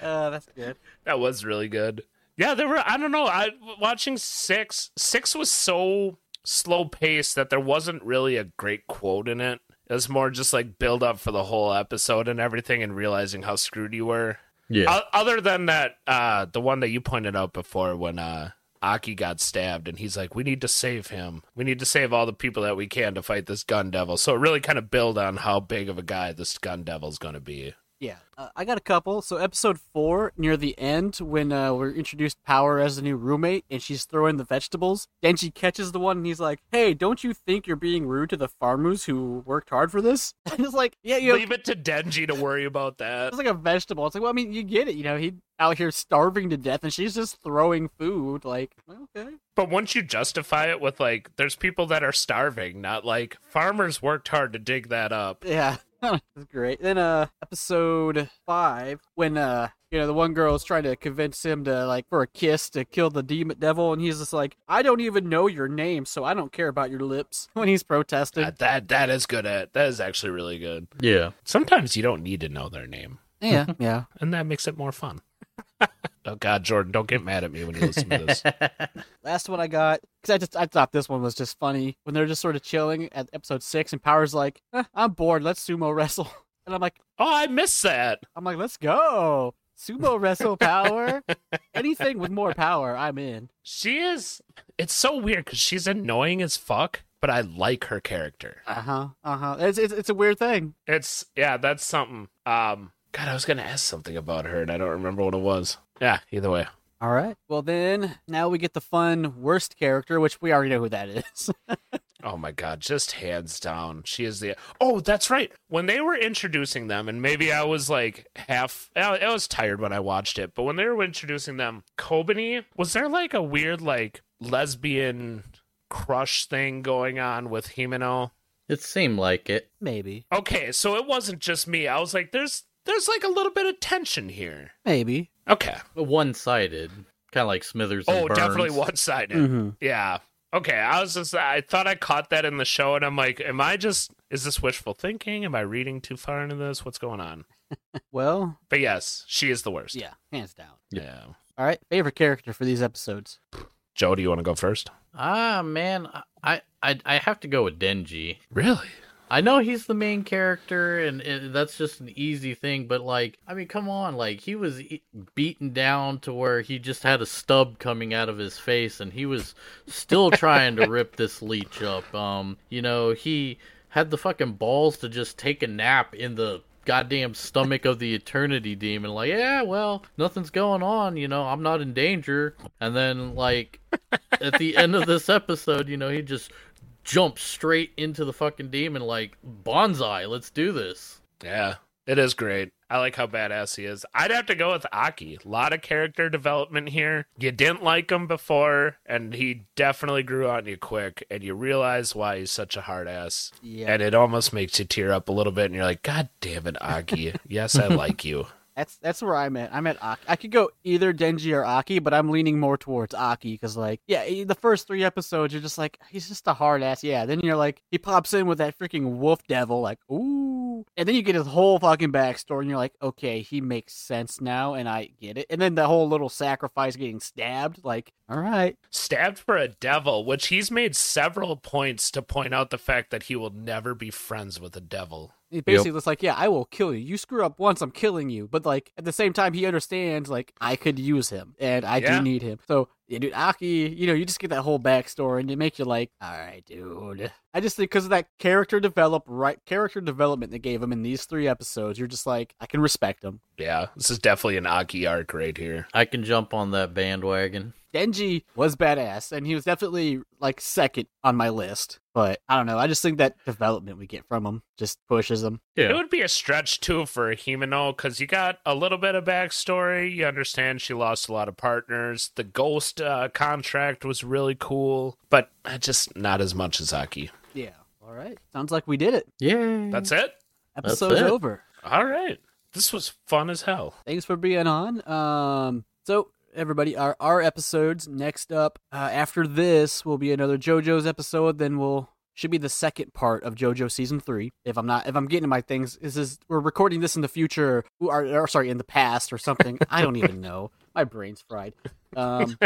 Speaker 2: Uh, that's good.
Speaker 4: That was really good. Yeah, there were. I don't know. I watching six. Six was so slow paced that there wasn't really a great quote in it. It was more just like build up for the whole episode and everything, and realizing how screwed you were.
Speaker 3: Yeah,
Speaker 4: O- other than that, uh, the one that you pointed out before when uh, Aki got stabbed, and he's like, "We need to save him. We need to save all the people that we can to fight this gun devil." So it really kind of build on how big of a guy this gun devil's going to be.
Speaker 2: Yeah, uh, I got a couple. So episode four, near the end, when uh, we're introduced Power as the new roommate, and she's throwing the vegetables. Denji catches the one, and he's like, "Hey, don't you think you're being rude to the farmers who worked hard for this?" *laughs* And it's like, "Yeah, you know,
Speaker 4: Leave it to Denji to worry about that.
Speaker 2: It's like a vegetable. It's like, well, I mean, you get it. You know, he out here starving to death, and she's just throwing food. Like, okay,
Speaker 4: But once you justify it with like, there's people that are starving, not like farmers worked hard to dig that up.
Speaker 2: yeah, *laughs* that's great. Then, uh, episode five, when uh, you know, the one girl's trying to convince him to like for a kiss to kill the demon devil, and he's just like, I don't even know your name, so I don't care about your lips. *laughs* When he's protesting,
Speaker 4: That, that that is good at that is actually really good.
Speaker 3: yeah.
Speaker 4: Sometimes you don't need to know their name,
Speaker 2: *laughs* yeah, yeah.
Speaker 4: and that makes it more fun. *laughs* oh God, Jordan, don't get mad at me when you listen to *laughs* this.
Speaker 2: Last one I got because I just I thought this one was just funny when they're just sort of chilling at episode six, and Power's like, "Eh, I'm bored. Let's sumo wrestle, *laughs* and I'm like.
Speaker 4: oh, I miss that.
Speaker 2: I'm like, let's go. Sumo wrestle power. Anything with more power, I'm in.
Speaker 4: She is. It's so weird because she's annoying as fuck,
Speaker 5: but I like her character.
Speaker 2: Uh huh. Uh huh. It's, it's it's a weird thing.
Speaker 4: It's yeah, that's something. Um,
Speaker 5: God, I was gonna ask something about her, and I don't remember what it was. Yeah, either way,
Speaker 2: All right. Well, then now we get the fun worst character, which we already know who that is. *laughs*
Speaker 5: oh my God, just hands down, she is the.
Speaker 4: oh, that's right. When they were introducing them, and maybe I was like half. I I was tired when I watched it, but when they were introducing them, Kobani was there like a weird like lesbian crush thing going on with Himeno?
Speaker 3: It seemed like it.
Speaker 2: maybe.
Speaker 4: Okay, so it wasn't just me. I was like, there's there's like a little bit of tension here.
Speaker 2: Maybe.
Speaker 4: Okay.
Speaker 3: One sided. Kind of like Smithers and
Speaker 4: Oh,
Speaker 3: Burns.
Speaker 4: definitely one sided.
Speaker 2: Mm-hmm.
Speaker 4: Yeah. Okay. I was just, I thought I caught that in the show, and I'm like, am I just, is this wishful thinking? Am I reading too far into this? What's going on?
Speaker 2: Well,
Speaker 4: But yes, she is the worst.
Speaker 2: yeah, hands down.
Speaker 5: Yeah,
Speaker 2: All right. Favorite character for these episodes.
Speaker 5: Joe, do you want to go first?
Speaker 3: Ah, man. I, I, I have to go with Denji.
Speaker 5: Really?
Speaker 3: I know he's the main character, and, and that's just an easy thing. But like, I mean, come on, like he was e- beaten down to where he just had a stub coming out of his face, and he was still trying to rip this leech up. Um, you know, he had the fucking balls to just take a nap in the goddamn stomach of the eternity demon. Like, yeah, well, nothing's going on. You know, I'm not in danger. And then like at the end of this episode, you know, he just jump straight into the fucking demon like bonsai let's do this
Speaker 5: Yeah,
Speaker 4: It is great. I like how badass he is. I'd have to go with Aki. A lot of character development here. You didn't like him before, and he definitely grew on you quick, and you realize why he's such a hard ass.
Speaker 2: Yeah.
Speaker 5: and it almost makes you tear up a little bit, and you're like, God damn it,
Speaker 2: *laughs*
Speaker 5: Aki. yes, I like you.
Speaker 2: That's that's where I'm at. I'm at Aki. I could go either Denji or Aki, but I'm leaning more towards Aki because, like, yeah, he- the first three episodes, you're just like, he's just a hard ass. Yeah. Then you're like, he pops in with that freaking wolf devil, like, ooh. And then you get his whole fucking backstory, and you're like, okay, he makes sense now, and I get it. And then the whole little sacrifice getting stabbed, like, all right,
Speaker 4: stabbed for a devil, which he's made several points to point out the fact that he will never be friends with a devil.
Speaker 2: It basically looks like, yeah, I will kill you. You screw up once, I'm killing you. But like at the same time, he understands like I could use him and I
Speaker 4: Yeah.
Speaker 2: do need him. So yeah, dude, Aki, you know, you just get that whole backstory and it makes you like, all right, dude. I just think because of that character develop right character development they gave him in these three episodes, you're just like, I can respect him.
Speaker 5: Yeah, this is definitely an Aki arc right here.
Speaker 3: i can jump on that bandwagon
Speaker 2: Denji was badass, and he was definitely like second on my list. But I don't know. I just think that development we get from him just pushes him.
Speaker 4: It would be a stretch too for Himeno because you got a little bit of backstory. You understand she lost a lot of partners. The ghost uh, contract was really cool, but
Speaker 5: Uh, Just not as much as Aki.
Speaker 2: Yeah. All right. Sounds like we did it.
Speaker 3: yeah
Speaker 4: that's it.
Speaker 2: Episode's
Speaker 3: it.
Speaker 2: over.
Speaker 4: All right, this was fun as hell.
Speaker 2: thanks for being on. Um, so everybody, our our episodes next up uh, after this will be another JoJo's episode. Then we'll should be the second part of JoJo season three. If I'm not, if I'm getting my things, this is we're recording this in the future, or, or sorry, in the past or something. I don't even know. *laughs* My brain's fried. Um,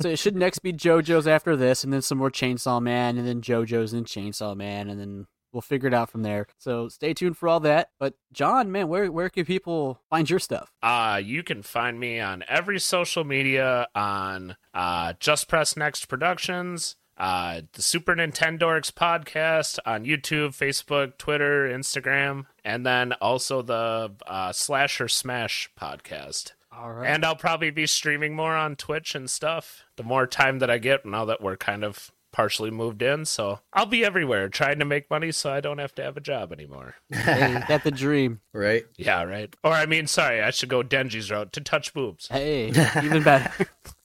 Speaker 2: so it should next be JoJo's after this, and then some more Chainsaw Man, and then JoJo's and Chainsaw Man, and then we'll figure it out from there. So stay tuned for all that. But John, man, where where can people find your stuff?
Speaker 4: Uh, you can find me on every social media on uh, Just Press Next Productions, uh, the Super Nintendorks podcast on YouTube, Facebook, Twitter, Instagram, and then also the uh, Slasher Smash podcast.
Speaker 2: All right.
Speaker 4: And I'll probably be streaming more on Twitch and stuff the more time that I get now that we're kind of partially moved in. So I'll be everywhere trying to make money so I don't have to have a job anymore.
Speaker 2: hey, that's the dream.
Speaker 3: right
Speaker 4: Yeah, right. Or I mean, sorry, I should go Denji's route to touch boobs.
Speaker 2: Hey, even better.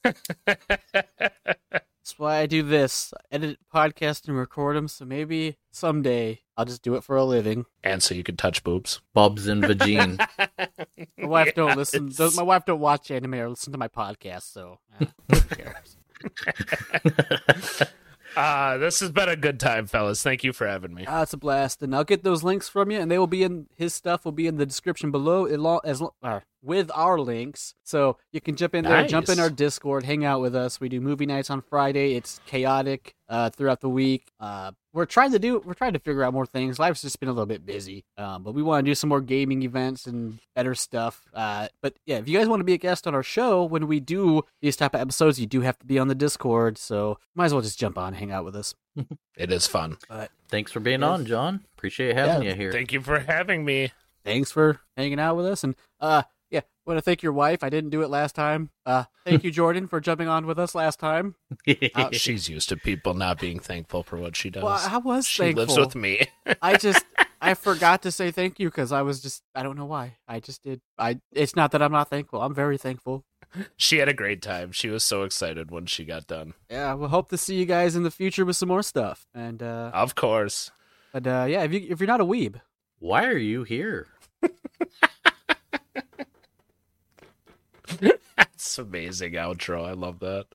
Speaker 2: That's why I do this. I edit podcasts and record them. So maybe someday I'll just do it for a living.
Speaker 4: and so you could touch boobs.
Speaker 3: bob's and
Speaker 4: *laughs*
Speaker 3: vagine
Speaker 2: My wife don't listen. Don't, my wife don't watch anime or listen to my podcast. So eh, who cares?
Speaker 4: Uh, this has been a good time, fellas. Thank you for having me.
Speaker 2: Ah, it's a blast, and I'll get those links from you, and they will be in his stuff will be in the description below. It lo- as lo- uh, with our links. So you can jump in there, jump in
Speaker 5: Nice.
Speaker 2: our Discord, hang out with us. We do movie nights on Friday. It's chaotic uh, throughout the week. Uh, we're trying to do, we're trying to figure out more things. Life's just been a little bit busy, um, but we want to do some more gaming events and better stuff. Uh, but yeah, if you guys want to be a guest on our show when we do these type of episodes, you do have to be on the Discord. So might as well just jump on, hang out with us.
Speaker 5: It is fun.
Speaker 3: Thanks for being
Speaker 2: Yes.
Speaker 3: on, John. Appreciate having you here. *laughs*
Speaker 4: Thank you for having me.
Speaker 2: thanks for hanging out with us and uh yeah want to thank your wife i didn't do it last time uh thank you jordan for jumping on with us last time
Speaker 5: Uh, she's used to people not being thankful for what she does.
Speaker 2: well i was
Speaker 5: she
Speaker 2: thankful
Speaker 5: lives with me. *laughs*
Speaker 2: i just i forgot to say thank you because i was just i don't know why i just did i it's not that i'm not thankful i'm very thankful
Speaker 5: she had a great time. She was so excited when she got done.
Speaker 2: yeah we'll hope to see you guys in the future with some more stuff and uh
Speaker 5: Of course.
Speaker 2: but uh yeah if you if you're not a weeb
Speaker 3: Why are you here?
Speaker 5: That's amazing outro. I love that.